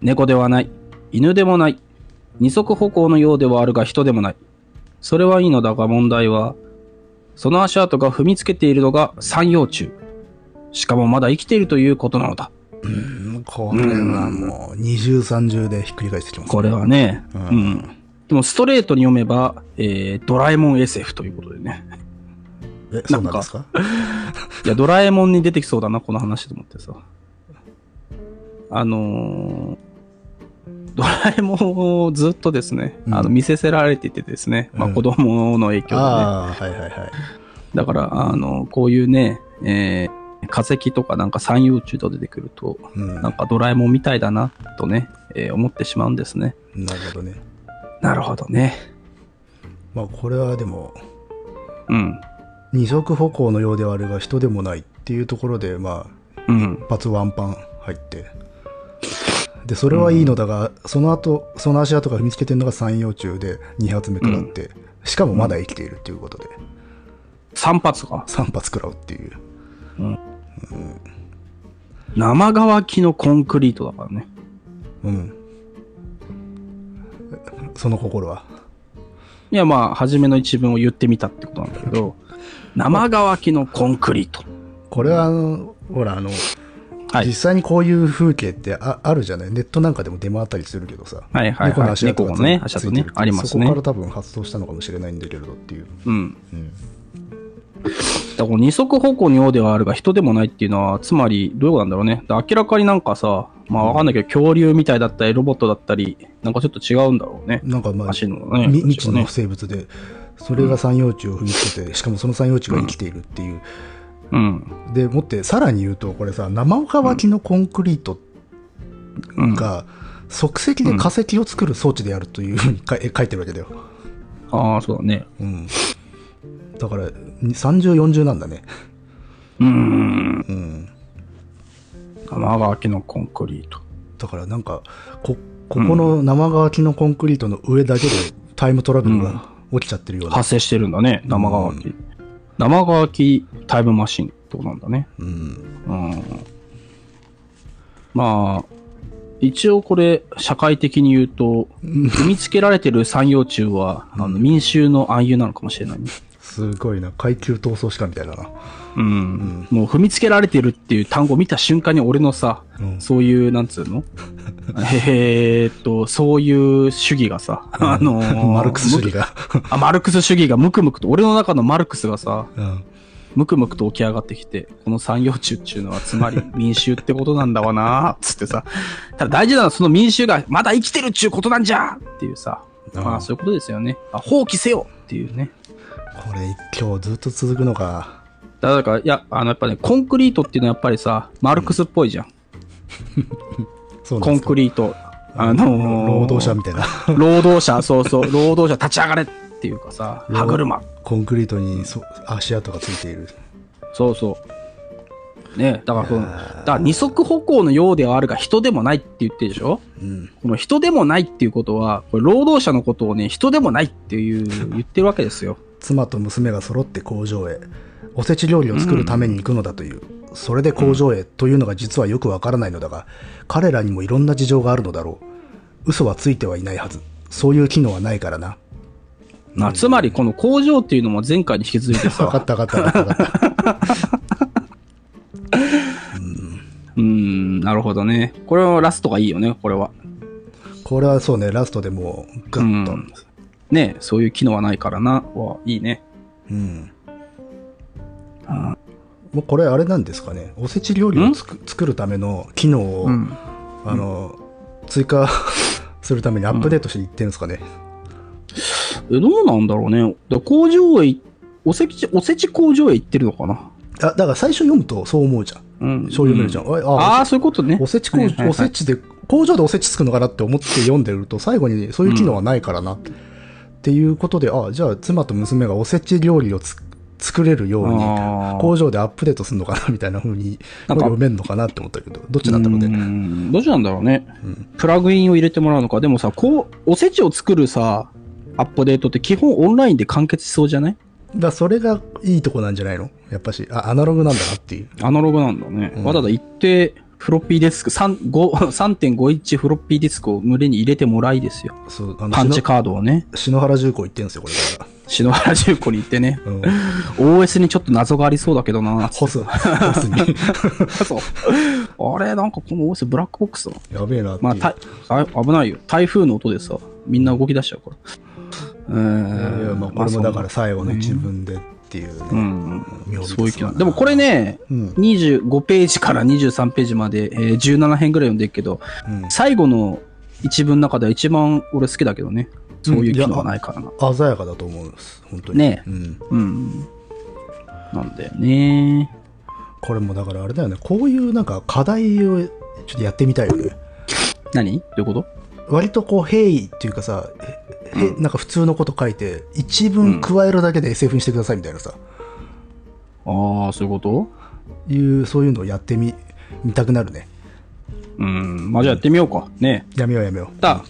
[SPEAKER 1] 猫ではない。犬でもない。二足歩行のようではあるが人でもない。それはいいのだが問題は、その足跡が踏みつけているのが三葉虫。しかもまだ生きているということなのだ。
[SPEAKER 2] うんこれはもう、二重三重でひっくり返してきます、
[SPEAKER 1] これはね、う。
[SPEAKER 2] うんん
[SPEAKER 1] でもストレートに読めば、えードラえもん SF ということでね。
[SPEAKER 2] え、そうなんですか
[SPEAKER 1] いや、ドラえもんに出てきそうだな、この話と思ってさ。あのードラえもんをずっとですね、
[SPEAKER 2] うん
[SPEAKER 1] あの見せせられていてですね、まあ
[SPEAKER 2] うん
[SPEAKER 1] 子供の影響でね、
[SPEAKER 2] ああ、はいはいはい。
[SPEAKER 1] だから、あの、こういうね、えー化石とかなんか三葉虫と出てくると、
[SPEAKER 2] うん。
[SPEAKER 1] な
[SPEAKER 2] なん
[SPEAKER 1] かドラえもんみたいだな、とね、えー思ってしまうんですね。
[SPEAKER 2] るほどね。
[SPEAKER 1] なるほどね。
[SPEAKER 2] まあ、これはでも、
[SPEAKER 1] うん。
[SPEAKER 2] 二足歩行のようではあるが人でもないっていうところでま
[SPEAKER 1] うん
[SPEAKER 2] あ。一発ワンパン入ってでそれはいいのだが、その後その足跡が踏みつけてるのが三葉虫で2発目食らって、しかもまだ生きているっていうことで
[SPEAKER 1] 三発とか。
[SPEAKER 2] 3発食らうっていう
[SPEAKER 1] 生乾きのコンクリートだからね。
[SPEAKER 2] うんその心はい
[SPEAKER 1] や、まあ、初めの一文を言ってみたってことなんだけど、生乾きのコンクリート。
[SPEAKER 2] これはあのほらあの、
[SPEAKER 1] はい
[SPEAKER 2] 実。際にこういう風景ってああるじゃないネットなんかでも出回ったりするけどさ
[SPEAKER 1] はいはい
[SPEAKER 2] 猫の
[SPEAKER 1] はい。
[SPEAKER 2] 足
[SPEAKER 1] 猫
[SPEAKER 2] 跡が
[SPEAKER 1] の
[SPEAKER 2] つい
[SPEAKER 1] ね、
[SPEAKER 2] つ
[SPEAKER 1] 足
[SPEAKER 2] い
[SPEAKER 1] 跡
[SPEAKER 2] てる
[SPEAKER 1] ね
[SPEAKER 2] ってい、う
[SPEAKER 1] あります
[SPEAKER 2] そ
[SPEAKER 1] ね
[SPEAKER 2] こか。ら多分発動したのかもしれないんだけれどっていう、
[SPEAKER 1] うん。
[SPEAKER 2] うん、
[SPEAKER 1] だからこの二足歩行にようではあるが人でもないっていうのは、つまり、どういうことなんだろうね。だ明らかになんかさ、まあわかんないけど、恐竜みたいだったり、ロボットだったり、なんかちょっと違うんだろうね。
[SPEAKER 2] なんかまあ、
[SPEAKER 1] 足のね形
[SPEAKER 2] み未知
[SPEAKER 1] はね
[SPEAKER 2] の生物で、それが三葉虫を踏みつけて、しかもその三葉虫が生きているっていう。
[SPEAKER 1] うん。
[SPEAKER 2] で、もって、さらに言うと、これさ、生乾きのコンクリート
[SPEAKER 1] うん。あ
[SPEAKER 2] が、即席で化石を作る装置であるというふうにかえ書いてるわけだよ。
[SPEAKER 1] あー、そうだね。
[SPEAKER 2] うん。だから、に30、40なんだね。
[SPEAKER 1] うーん。
[SPEAKER 2] うん。
[SPEAKER 1] 生乾きのコンクリート。
[SPEAKER 2] だからなんか、こ、ここの生乾きのコンクリートの上だけでタイムトラベルが起きちゃってるような。
[SPEAKER 1] 発生してるんだね、生乾き。生乾きタイムマシンってことなんだね。
[SPEAKER 2] うん。
[SPEAKER 1] うんまあ、一応これ、社会的に言うと、踏みつけられてる三葉虫は、あの民衆の暗喩なのかもしれないね、
[SPEAKER 2] すごいな。階級闘争士官みたいだな。
[SPEAKER 1] うん。もう踏みつけられてるっていう単語を見た瞬間に俺のさ、
[SPEAKER 2] うん
[SPEAKER 1] そういう、なんつうのえーっと、そういう主義がさ、あのー
[SPEAKER 2] マルクス主義が。
[SPEAKER 1] むくあ、マルクス主義がムクムクと、俺の中のマルクスがさ、
[SPEAKER 2] うん。
[SPEAKER 1] むくむくと起き上がってきて、この産業中っていうのは、つまり民衆ってことなんだわなー つってさ、ただ大事なのはその民衆がまだ生きてるっちゅうことなんじゃっていうさ、まあそういうことですよね。あ放棄せよっていうね。
[SPEAKER 2] これ今日ずっと続くのか
[SPEAKER 1] だからいや、あのやっぱね、コンクリートっていうのはやっぱりさ、マルクスっぽいじゃん。
[SPEAKER 2] そう
[SPEAKER 1] コンク
[SPEAKER 2] リ
[SPEAKER 1] リート。あのー
[SPEAKER 2] 労働者みたいな
[SPEAKER 1] 労働者、そうそう、労働者立ち上がれっていうかさ、 歯車。
[SPEAKER 2] コンクリートにそ足跡がついている
[SPEAKER 1] そうそう。ねだからその、だから二足歩行のようではあるが、人でもないって言ってるでしょ
[SPEAKER 2] うん
[SPEAKER 1] この人でもないっていうことは、これ労働者のことをね、人でもないっていう、言ってるわけですよ。
[SPEAKER 2] 妻と娘が揃って工場へおせち料理を作るために行くのだという、それで工場へというのが実はよくわからないのだが、彼らにもいろんな事情があるのだろう嘘はついてはいないはずそういう機能はないからな
[SPEAKER 1] まあつまり、この工場っていうのも前回に引き続いて
[SPEAKER 2] 分か
[SPEAKER 1] さ、
[SPEAKER 2] った分かった分かった 分かっ
[SPEAKER 1] うーん、なるほどね。これはラストがいいよね、これは。
[SPEAKER 2] たこれはそうねラストでもうグッと
[SPEAKER 1] うんねそういう機能はないからな、はいいね。
[SPEAKER 2] うんもうこれあれなんですかねおせち料理をつく作るための機能を、
[SPEAKER 1] うん。
[SPEAKER 2] あの追加 するためにアップデートしていってるんですかね、
[SPEAKER 1] え、どうなんだろうね。だ工場へい、おせち、おせち工場へ行ってるのかな。
[SPEAKER 2] あだから最初読むとそう思うじゃん
[SPEAKER 1] うん。
[SPEAKER 2] 醤油見るじゃん、
[SPEAKER 1] う
[SPEAKER 2] あ
[SPEAKER 1] あ
[SPEAKER 2] あ
[SPEAKER 1] あ、そういうことね。
[SPEAKER 2] おせち工
[SPEAKER 1] はいはいはい
[SPEAKER 2] おせちで工場でおせち作るのかなって思って読んでると最後にそういう機能はないからな、っていうことであじゃあ妻と娘がおせち料理をつ作れるように
[SPEAKER 1] あー
[SPEAKER 2] 工場でアップデートするのかなみたいな風に
[SPEAKER 1] な
[SPEAKER 2] こ
[SPEAKER 1] ん
[SPEAKER 2] れ
[SPEAKER 1] か
[SPEAKER 2] 読めんのかなって思ったけどどっちなんだろうね
[SPEAKER 1] んどっちなんだろうね、
[SPEAKER 2] うん
[SPEAKER 1] プラグインを入れてもらうのか。でもさ、こう、おせちを作るさ、アップデートって基本オンラインで完結しそうじゃない
[SPEAKER 2] だからそれがいいとこなんじゃないのやっぱしあアナログなんだなっていう
[SPEAKER 1] アナログなんだね。
[SPEAKER 2] うん
[SPEAKER 1] わざわざ一定フロッピーディスク、3 5 3.5インチフロッピーディスクを群れに入れてもらいですよ。
[SPEAKER 2] そうあの
[SPEAKER 1] パンチ
[SPEAKER 2] 篠
[SPEAKER 1] カードをね。
[SPEAKER 2] 篠原重工行ってんですよこれか
[SPEAKER 1] 篠原重工に行って ね。
[SPEAKER 2] ら、うん、
[SPEAKER 1] OS にちょっと謎がありそうだけどな。
[SPEAKER 2] ホスホスに
[SPEAKER 1] そう。あれなんかこの OS ブラックボックスだな。
[SPEAKER 2] やべえなっていう、
[SPEAKER 1] まあ、たあ危ないよ。台風の音でさ、みんな動き出しちゃうから。う
[SPEAKER 2] い
[SPEAKER 1] ー
[SPEAKER 2] や
[SPEAKER 1] ん。
[SPEAKER 2] まあこれもだから
[SPEAKER 1] そ
[SPEAKER 2] 最後の一文でっていうね、
[SPEAKER 1] ううん。
[SPEAKER 2] 妙です
[SPEAKER 1] そういう気分でもこれね、
[SPEAKER 2] うん
[SPEAKER 1] 25ページから23ページまで、えー17編ぐらい読んでるけど、
[SPEAKER 2] うん
[SPEAKER 1] 最後の一文の中では一番俺好きだけどね。そういう機能がないからな。
[SPEAKER 2] 鮮やかだと思うんです本当に
[SPEAKER 1] ねえ
[SPEAKER 2] うん、
[SPEAKER 1] うん。なんだよね。
[SPEAKER 2] これもだからあれだよねこういうなんか課題をちょっとやってみたいよね
[SPEAKER 1] 何どういうこと
[SPEAKER 2] 割とこう平易っていうかさ、へへなんか普通のこと書いて一文加えるだけで SF にしてくださいみたいなさ、
[SPEAKER 1] ああ、そういうこと
[SPEAKER 2] いうそういうのをやってみ見たくなるね
[SPEAKER 1] うん。まあじゃあやってみようか。ね
[SPEAKER 2] やめようやめよ
[SPEAKER 1] だ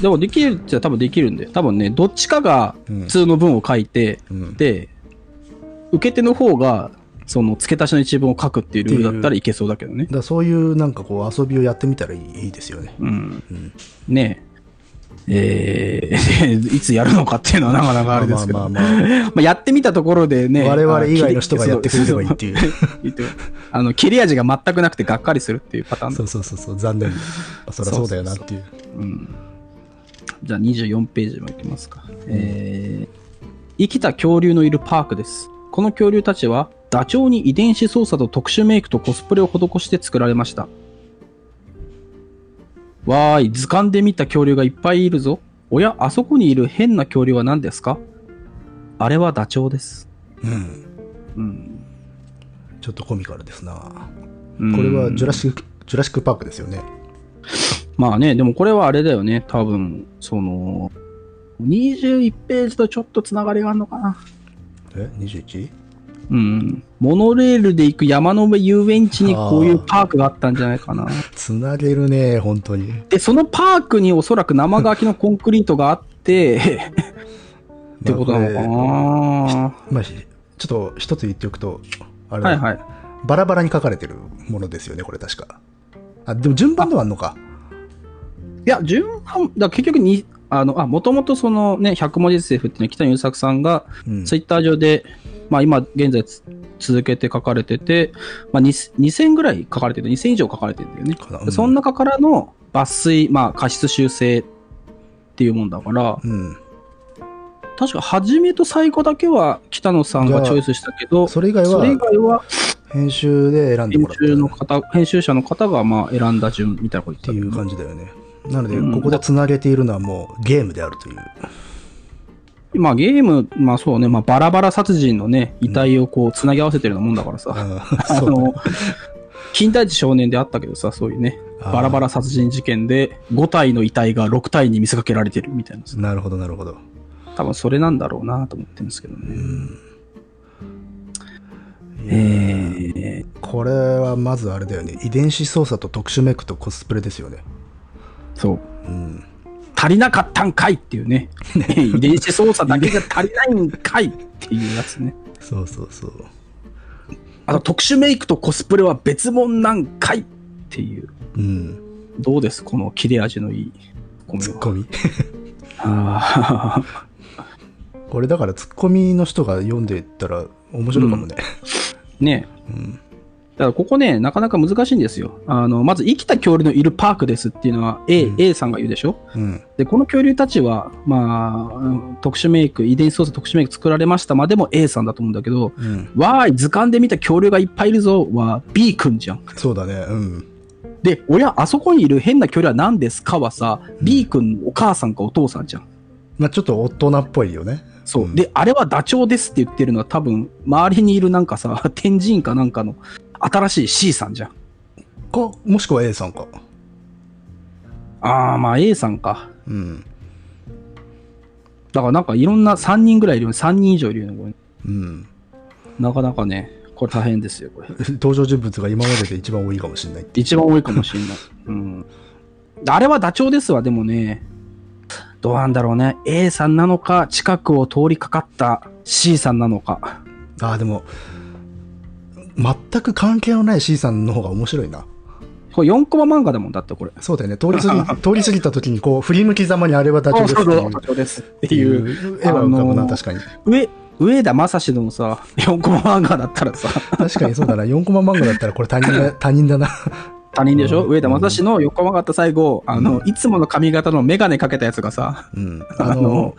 [SPEAKER 1] でもできるっちゃ多分できるんで多分ねどっちかが
[SPEAKER 2] うん
[SPEAKER 1] 普通の文を書いて、
[SPEAKER 2] うん
[SPEAKER 1] で受け手の方がその付け足しの一文を書くっていうルールだったらいけそうだけどね
[SPEAKER 2] うだからそういうなんかこう遊びをやってみたらいいいいですよね
[SPEAKER 1] うん、ねええー いつやるのかっていうのはなかなかあれですけど、
[SPEAKER 2] まあ
[SPEAKER 1] まあ
[SPEAKER 2] まあまあ、
[SPEAKER 1] やってみたところでね
[SPEAKER 2] 我々以外の人が
[SPEAKER 1] あ
[SPEAKER 2] やっ
[SPEAKER 1] 切
[SPEAKER 2] て
[SPEAKER 1] り
[SPEAKER 2] くれればいいっていう
[SPEAKER 1] そう言ってあの切れ味が全くなくてがっかりするっていうパターン
[SPEAKER 2] そうそうそうそう残念あそりゃそうだよなっていう
[SPEAKER 1] じゃあ24ページもいきますか。えー生きた恐竜のいるパークです。この恐竜たちはダチョウに遺伝子操作と特殊メイクとコスプレを施して作られました。わーい、図鑑で見た恐竜がいっぱいいるぞ。おや、あそこにいる変な恐竜は何ですかあれはダチョウです。
[SPEAKER 2] うん
[SPEAKER 1] うん。
[SPEAKER 2] ちょっとコミカルですな
[SPEAKER 1] うん
[SPEAKER 2] これはジュラシック、ジュラシックパークですよね。
[SPEAKER 1] まあね、でもこれはあれだよね。多分、その、21ページとちょっとつながりがあるのかな。
[SPEAKER 2] え ?21?
[SPEAKER 1] うん、モノレールで行く山の上遊園地にこういうパークがあったんじゃないかな。
[SPEAKER 2] つなげるね、本当に。
[SPEAKER 1] で、そのパークにおそらく生乾きのコンクリートがあ って、ってことなのかな。
[SPEAKER 2] まあ、ひちょっと一つ言っておくと、あれ、
[SPEAKER 1] はいはい。
[SPEAKER 2] バラバラに書かれてるものですよね、これ確か。あ、でも順番ではあんのか。
[SPEAKER 1] いや、順番、だ結局に、あの、あ、もともとそのね、100文字 SF っていうのは北野優作さんが、
[SPEAKER 2] うん
[SPEAKER 1] ツイッター上で、まあ今現在つ続けて書かれてて、まあ2000 2000ぐらい書かれてる、2000以上書かれてるんだよね。
[SPEAKER 2] かな
[SPEAKER 1] でその中からの抜粋、まあ過失修正っていうもんだから、
[SPEAKER 2] うん。
[SPEAKER 1] 確か初めと最後だけは北野さんがチョイスしたけど、
[SPEAKER 2] それ以外
[SPEAKER 1] それ以
[SPEAKER 2] は
[SPEAKER 1] 外は
[SPEAKER 2] 編集で選んで
[SPEAKER 1] 編
[SPEAKER 2] もらった
[SPEAKER 1] 集の方、編集者の方がまあ選んだ順みたいなこと
[SPEAKER 2] って
[SPEAKER 1] 言
[SPEAKER 2] い
[SPEAKER 1] って
[SPEAKER 2] う感じだよね。なので、
[SPEAKER 1] うん
[SPEAKER 2] ここで繋げているのはもうゲームであるという。
[SPEAKER 1] た。まあゲーム、まあそうね、まあバラバラ殺人のね、遺体をこう繋ぎ合わせてるようなもんだからさ。
[SPEAKER 2] あ
[SPEAKER 1] あ
[SPEAKER 2] そうだ
[SPEAKER 1] の、金田一少年であったけどさ、そういうね、
[SPEAKER 2] あー
[SPEAKER 1] バラバラ殺人事件で5体の遺体が6体に見せかけられてるみたいなさ、
[SPEAKER 2] なるほど、なるほど。
[SPEAKER 1] 多分それなんだろうなと思ってるんですけどね。
[SPEAKER 2] いや
[SPEAKER 1] えー、
[SPEAKER 2] これはまずあれだよね。遺伝子操作と特殊メイクとコスプレですよね。
[SPEAKER 1] そう。
[SPEAKER 2] うん。
[SPEAKER 1] 足りなかったんかいっていう ね。遺伝子操作だけじゃ足りないんかいっていうやつね。
[SPEAKER 2] そうそうそう。
[SPEAKER 1] あと特殊メイクとコスプレは別物なんかいっていう。
[SPEAKER 2] うん。
[SPEAKER 1] どうですこの切れ味のいいコメ
[SPEAKER 2] ツッ
[SPEAKER 1] は。
[SPEAKER 2] コミ。
[SPEAKER 1] あー
[SPEAKER 2] これだからツッコミの人が読んでったら面白いかもね。
[SPEAKER 1] ねえ
[SPEAKER 2] うん。
[SPEAKER 1] だからここね、なかなか難しいんですよ。あの、まず生きた恐竜のいるパークですっていうのは A,、
[SPEAKER 2] うん
[SPEAKER 1] A さんが言うでしょ
[SPEAKER 2] うん。
[SPEAKER 1] で、この恐竜たちは、まあうん、特殊メイク、遺伝子操作特殊メイク作られましたまあでも A さんだと思うんだけど、
[SPEAKER 2] うん。
[SPEAKER 1] わーい、図鑑で見た恐竜がいっぱいいるぞは B 君じゃん。
[SPEAKER 2] そうだね。うん。
[SPEAKER 1] で、俺はあそこにいる変な恐竜は何ですかはさ、B 君のお母さんかお父さんじゃん。
[SPEAKER 2] まあちょっと大人っぽいよね。
[SPEAKER 1] そう。
[SPEAKER 2] うん
[SPEAKER 1] で、あれはダチョウですって言ってるのは多分、周りにいるなんかさ、 天神かなんかの新しい C さんじゃん。
[SPEAKER 2] か、もしくは A さんか。
[SPEAKER 1] あー、まあ A さんか。
[SPEAKER 2] うん。
[SPEAKER 1] だからなんかいろんな3人ぐらいいるよね。3人以上いるよね。これ
[SPEAKER 2] うん。
[SPEAKER 1] なかなかね、これ大変ですよ、これ。
[SPEAKER 2] 登場人物が今までで一番多いかもしれないって。
[SPEAKER 1] 一番多いかもしれない。 うん。あれはダチョウですわ、でもね。どうなんだろうね。A さんなのか、近くを通りかかった C さんなのか。
[SPEAKER 2] ああ、でも、全く関係のない C さんの方が面白いな。
[SPEAKER 1] これ4コマ漫画だもんだって、これ。
[SPEAKER 2] そうだよね。通り 過ぎ、通り過ぎた時にこう、振り向きざまにあれはダチョウです
[SPEAKER 1] そ
[SPEAKER 2] っ
[SPEAKER 1] うそ
[SPEAKER 2] ていう
[SPEAKER 1] うダチョウですって
[SPEAKER 2] って
[SPEAKER 1] いう。
[SPEAKER 2] いう絵は浮かぶな、
[SPEAKER 1] あのー
[SPEAKER 2] 確かに。
[SPEAKER 1] 上、上田正史のさ、4コマ漫画だったらさ、
[SPEAKER 2] 確かにそうだな。4コマ漫画だったらこれ他 人だ、他人だな。
[SPEAKER 1] 他人でしょ、
[SPEAKER 2] うん
[SPEAKER 1] 上田正史の4コマ漫画だったら最後、あの、いつもの髪型のメガネかけたやつがさ、
[SPEAKER 2] うん。あ
[SPEAKER 1] あ
[SPEAKER 2] の
[SPEAKER 1] の、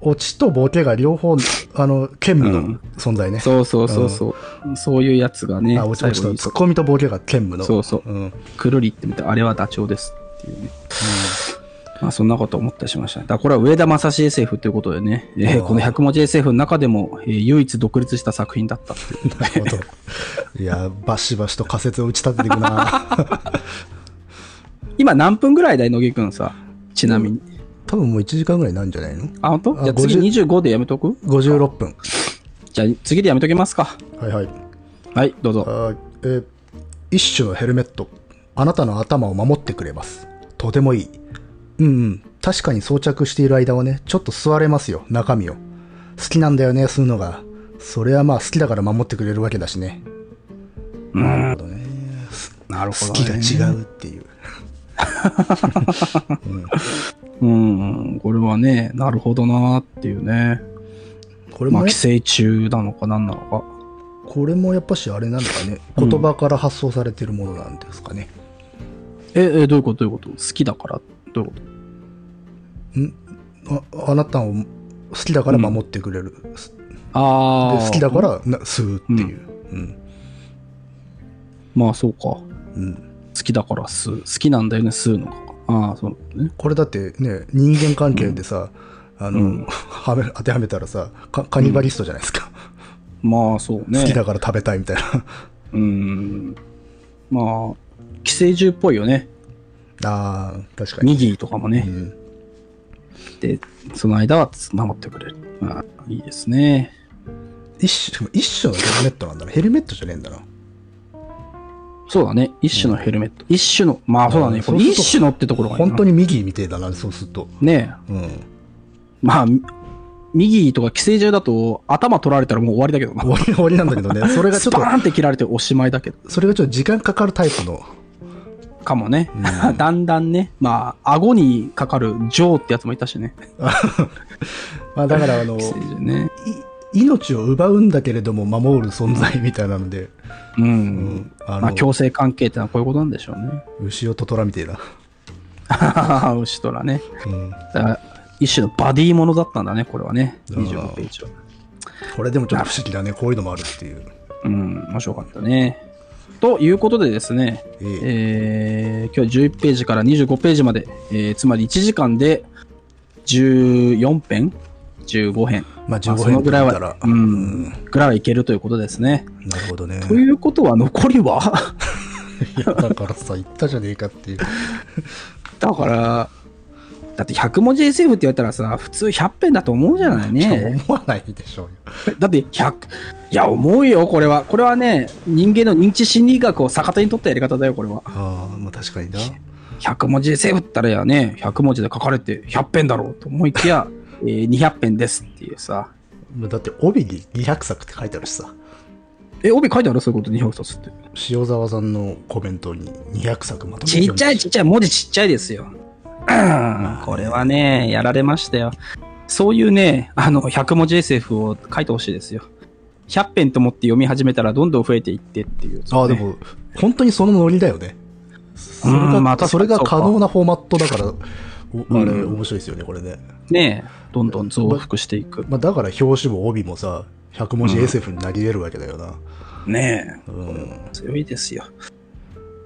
[SPEAKER 2] オチとボケが両方、あの、兼務
[SPEAKER 1] う
[SPEAKER 2] の
[SPEAKER 1] ん
[SPEAKER 2] 存在ね。
[SPEAKER 1] そうそうそうそう、そういうやつがね
[SPEAKER 2] あ、、オチ
[SPEAKER 1] 最
[SPEAKER 2] オチ
[SPEAKER 1] 後
[SPEAKER 2] と
[SPEAKER 1] に
[SPEAKER 2] ツッコミとボケが兼務の。
[SPEAKER 1] そうそう
[SPEAKER 2] うん。
[SPEAKER 1] くるりってみて、あれはダチョウですっていうね。まあそんなこと思ったりしました。だからこれは上田正史 SF ということでね、えー
[SPEAKER 2] ああ
[SPEAKER 1] この100文字 SF の中でも、えー唯一独立した作品だったっていう。
[SPEAKER 2] なるほど。いや、バシバシと仮説を打ち立てていくな。
[SPEAKER 1] 今何分ぐらいだい、野木くんさ。ちなみに。
[SPEAKER 2] 多分もう1時間ぐらいなんじゃないの
[SPEAKER 1] あ、本当？
[SPEAKER 2] あ
[SPEAKER 1] じゃあ次
[SPEAKER 2] 50
[SPEAKER 1] 25でやめとく
[SPEAKER 2] ?56 分。
[SPEAKER 1] じゃあ次でやめときますか。
[SPEAKER 2] はいはい。
[SPEAKER 1] はい、どうぞ。
[SPEAKER 2] あーえー一種のヘルメットあなたの頭を守ってくれますとてもいいうんうん確かに装着している間はねちょっと吸われますよ中身を好きなんだよね吸うのがそれはまあ好きだから守ってくれるわけだしね
[SPEAKER 1] うん
[SPEAKER 2] なるほどね
[SPEAKER 1] なるほ
[SPEAKER 2] 好
[SPEAKER 1] ど、
[SPEAKER 2] き
[SPEAKER 1] ね。
[SPEAKER 2] が違うっていう
[SPEAKER 1] うん、これはね、なるほどなーっていうね。
[SPEAKER 2] これ
[SPEAKER 1] まあ、
[SPEAKER 2] もね
[SPEAKER 1] 寄生虫なのか何なのか。
[SPEAKER 2] これもやっぱしあれなのかね言葉から発想されてるものなんですかね、
[SPEAKER 1] え、え、どういうことどういうこと好きだからどういうこと
[SPEAKER 2] ああなたを好きだから守ってくれる、
[SPEAKER 1] ああ。
[SPEAKER 2] で好きだからな吸うっていううん
[SPEAKER 1] まあそうか。好
[SPEAKER 2] うん
[SPEAKER 1] きだから吸う。好きなんだよね、吸うのか。ああ、そうね。
[SPEAKER 2] これだってね人間関係でさ、あの
[SPEAKER 1] うん
[SPEAKER 2] はめ当てはめたらさカカニバリストじゃないですか、
[SPEAKER 1] まあそうね。
[SPEAKER 2] 好きだから食べたいみたいな
[SPEAKER 1] うん。まあ、寄生獣っぽいよね。
[SPEAKER 2] あー確かに、
[SPEAKER 1] ミギーとかも
[SPEAKER 2] う
[SPEAKER 1] ね。
[SPEAKER 2] ん
[SPEAKER 1] で、その間は守ってくれる。まあ、いいですね。
[SPEAKER 2] 一種一種のヘルメットなんだなヘルメットじゃねえんだな
[SPEAKER 1] そうだね。一種のヘルメット。一種の、まあそうだ
[SPEAKER 2] うん
[SPEAKER 1] ね。
[SPEAKER 2] そ
[SPEAKER 1] こ
[SPEAKER 2] う
[SPEAKER 1] れ
[SPEAKER 2] すると
[SPEAKER 1] 一種のってところがいいな
[SPEAKER 2] 本当にミギーみてえだなそうすると
[SPEAKER 1] ねえ。
[SPEAKER 2] うん
[SPEAKER 1] まあ、み右とか寄生獣だと頭取られたらもう終わりだけどな
[SPEAKER 2] 終。わり 終わりなんだけどねそれがちょ
[SPEAKER 1] ス
[SPEAKER 2] っと
[SPEAKER 1] パーンって切られておしまいだけど。
[SPEAKER 2] それがちょっと時間かかるタイプの
[SPEAKER 1] かもね。
[SPEAKER 2] うん
[SPEAKER 1] だんだんね。まあ、顎にかかるジョーってやつもいたしね。
[SPEAKER 2] まあだから あの
[SPEAKER 1] 寄生獣ね。
[SPEAKER 2] い命を奪うんだけれども守る存在みたいなので、
[SPEAKER 1] うん。
[SPEAKER 2] うんあの
[SPEAKER 1] まあ、強制関係ってのはこういうことなんでしょうね。
[SPEAKER 2] 牛をトトラみてえな、
[SPEAKER 1] 牛とらね。
[SPEAKER 2] うん
[SPEAKER 1] だから一種のバディものだったんだね、これはね。
[SPEAKER 2] あー
[SPEAKER 1] 25ページは。
[SPEAKER 2] これでもちょっと不思議だね。こういうのもあるっていう。
[SPEAKER 1] うん、面白かったね。ということでですね、
[SPEAKER 2] ええ
[SPEAKER 1] えー今日11ページから25ページまで、えーつまり1時間で14編 ?15 編。
[SPEAKER 2] まあ
[SPEAKER 1] まあ
[SPEAKER 2] 15
[SPEAKER 1] その
[SPEAKER 2] 編
[SPEAKER 1] ぐ
[SPEAKER 2] く
[SPEAKER 1] らい
[SPEAKER 2] らいた
[SPEAKER 1] は
[SPEAKER 2] ら、、
[SPEAKER 1] う
[SPEAKER 2] うん
[SPEAKER 1] ん、ぐらいはいけるということですね。
[SPEAKER 2] なるほどね。
[SPEAKER 1] ということは残りは
[SPEAKER 3] いや、だからさ、言ったじゃねえかっていう。
[SPEAKER 1] だから、だって100文字 SF って言われたらさ、普通100編だと思うじゃないね。
[SPEAKER 3] 思わないでしょうよ。
[SPEAKER 1] だって100、いや、思うよ、これは。これはね、人間の認知心理学を逆手に取ったやり方だよ、これは。
[SPEAKER 3] ああ、まあ確かにな。
[SPEAKER 1] 100文字 SF って言ったらやね、100文字で書かれて100編だろうと思いきや、 えー200編ですっていうさ。
[SPEAKER 2] まあだって帯に200作って書いてあるしさ。
[SPEAKER 1] え、帯書いてあるそういうこと200冊って。
[SPEAKER 2] 塩沢さんのコメントに200作まとめ
[SPEAKER 1] ち
[SPEAKER 2] て
[SPEAKER 1] っ
[SPEAKER 2] 読ん
[SPEAKER 1] ち
[SPEAKER 2] で
[SPEAKER 1] ゃいちっちゃい、文字ちっちゃいですよ。うん これはね、やられましたよ。そういうね、あの、100文字 SF を書いてほしいですよ。100編と思って読み始めたらどんどん増えていってっていう、
[SPEAKER 2] ああ、で。も、本当にそのノリだよね。それ
[SPEAKER 1] うんまあ
[SPEAKER 2] が、
[SPEAKER 1] 確か
[SPEAKER 2] そ
[SPEAKER 1] に
[SPEAKER 2] れが可能なフォーマットだから、おあれ、
[SPEAKER 1] うん
[SPEAKER 2] 面白いですよね、これね。
[SPEAKER 1] ねどんどん増幅していく。
[SPEAKER 2] まあ、だから表紙も帯もさ、100文字
[SPEAKER 1] うん
[SPEAKER 2] SF になり得るわけだよな。
[SPEAKER 1] ねえ。
[SPEAKER 2] うん。
[SPEAKER 1] 強いですよ。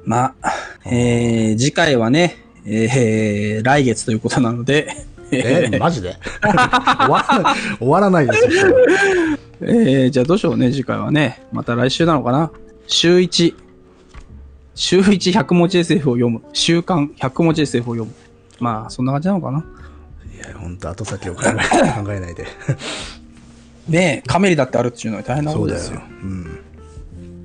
[SPEAKER 1] まあ、えー次回はね、えー来月ということなので、
[SPEAKER 2] えマジで 終わらない、終わらないですよそしたら。
[SPEAKER 1] えーじゃあどうしようね、次回はね。また来週なのかな週1。週1100文字 SF を読む。週間100文字 SF を読む。まあ、そんな感じなのかな。
[SPEAKER 2] いや、ほんと、後先を考え考えないで。
[SPEAKER 1] ねえ、カメリだってあるっていうのは大変なこ
[SPEAKER 2] そ
[SPEAKER 1] と
[SPEAKER 2] う
[SPEAKER 1] で
[SPEAKER 2] だ
[SPEAKER 1] すよ
[SPEAKER 2] よ。。うん。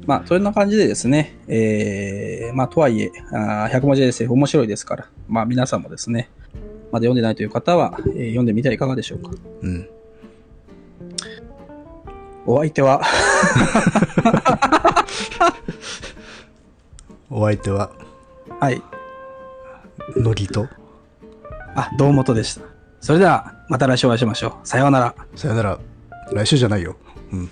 [SPEAKER 1] まあ、そんな感じでですね、えーまあ、とはいえ、あー100文字 SF 面白いですから、まあ、皆さんもですね、まだ読んでないという方は、えー読んでみてはいかがでしょうか。
[SPEAKER 2] うん。
[SPEAKER 1] お相手は、
[SPEAKER 2] お相手は、
[SPEAKER 1] はい、
[SPEAKER 2] ノリと、
[SPEAKER 1] あ、堂本でした。それでは、また来週お会いしましょう。さようなら。
[SPEAKER 2] さよなら、来週じゃないよ。うん。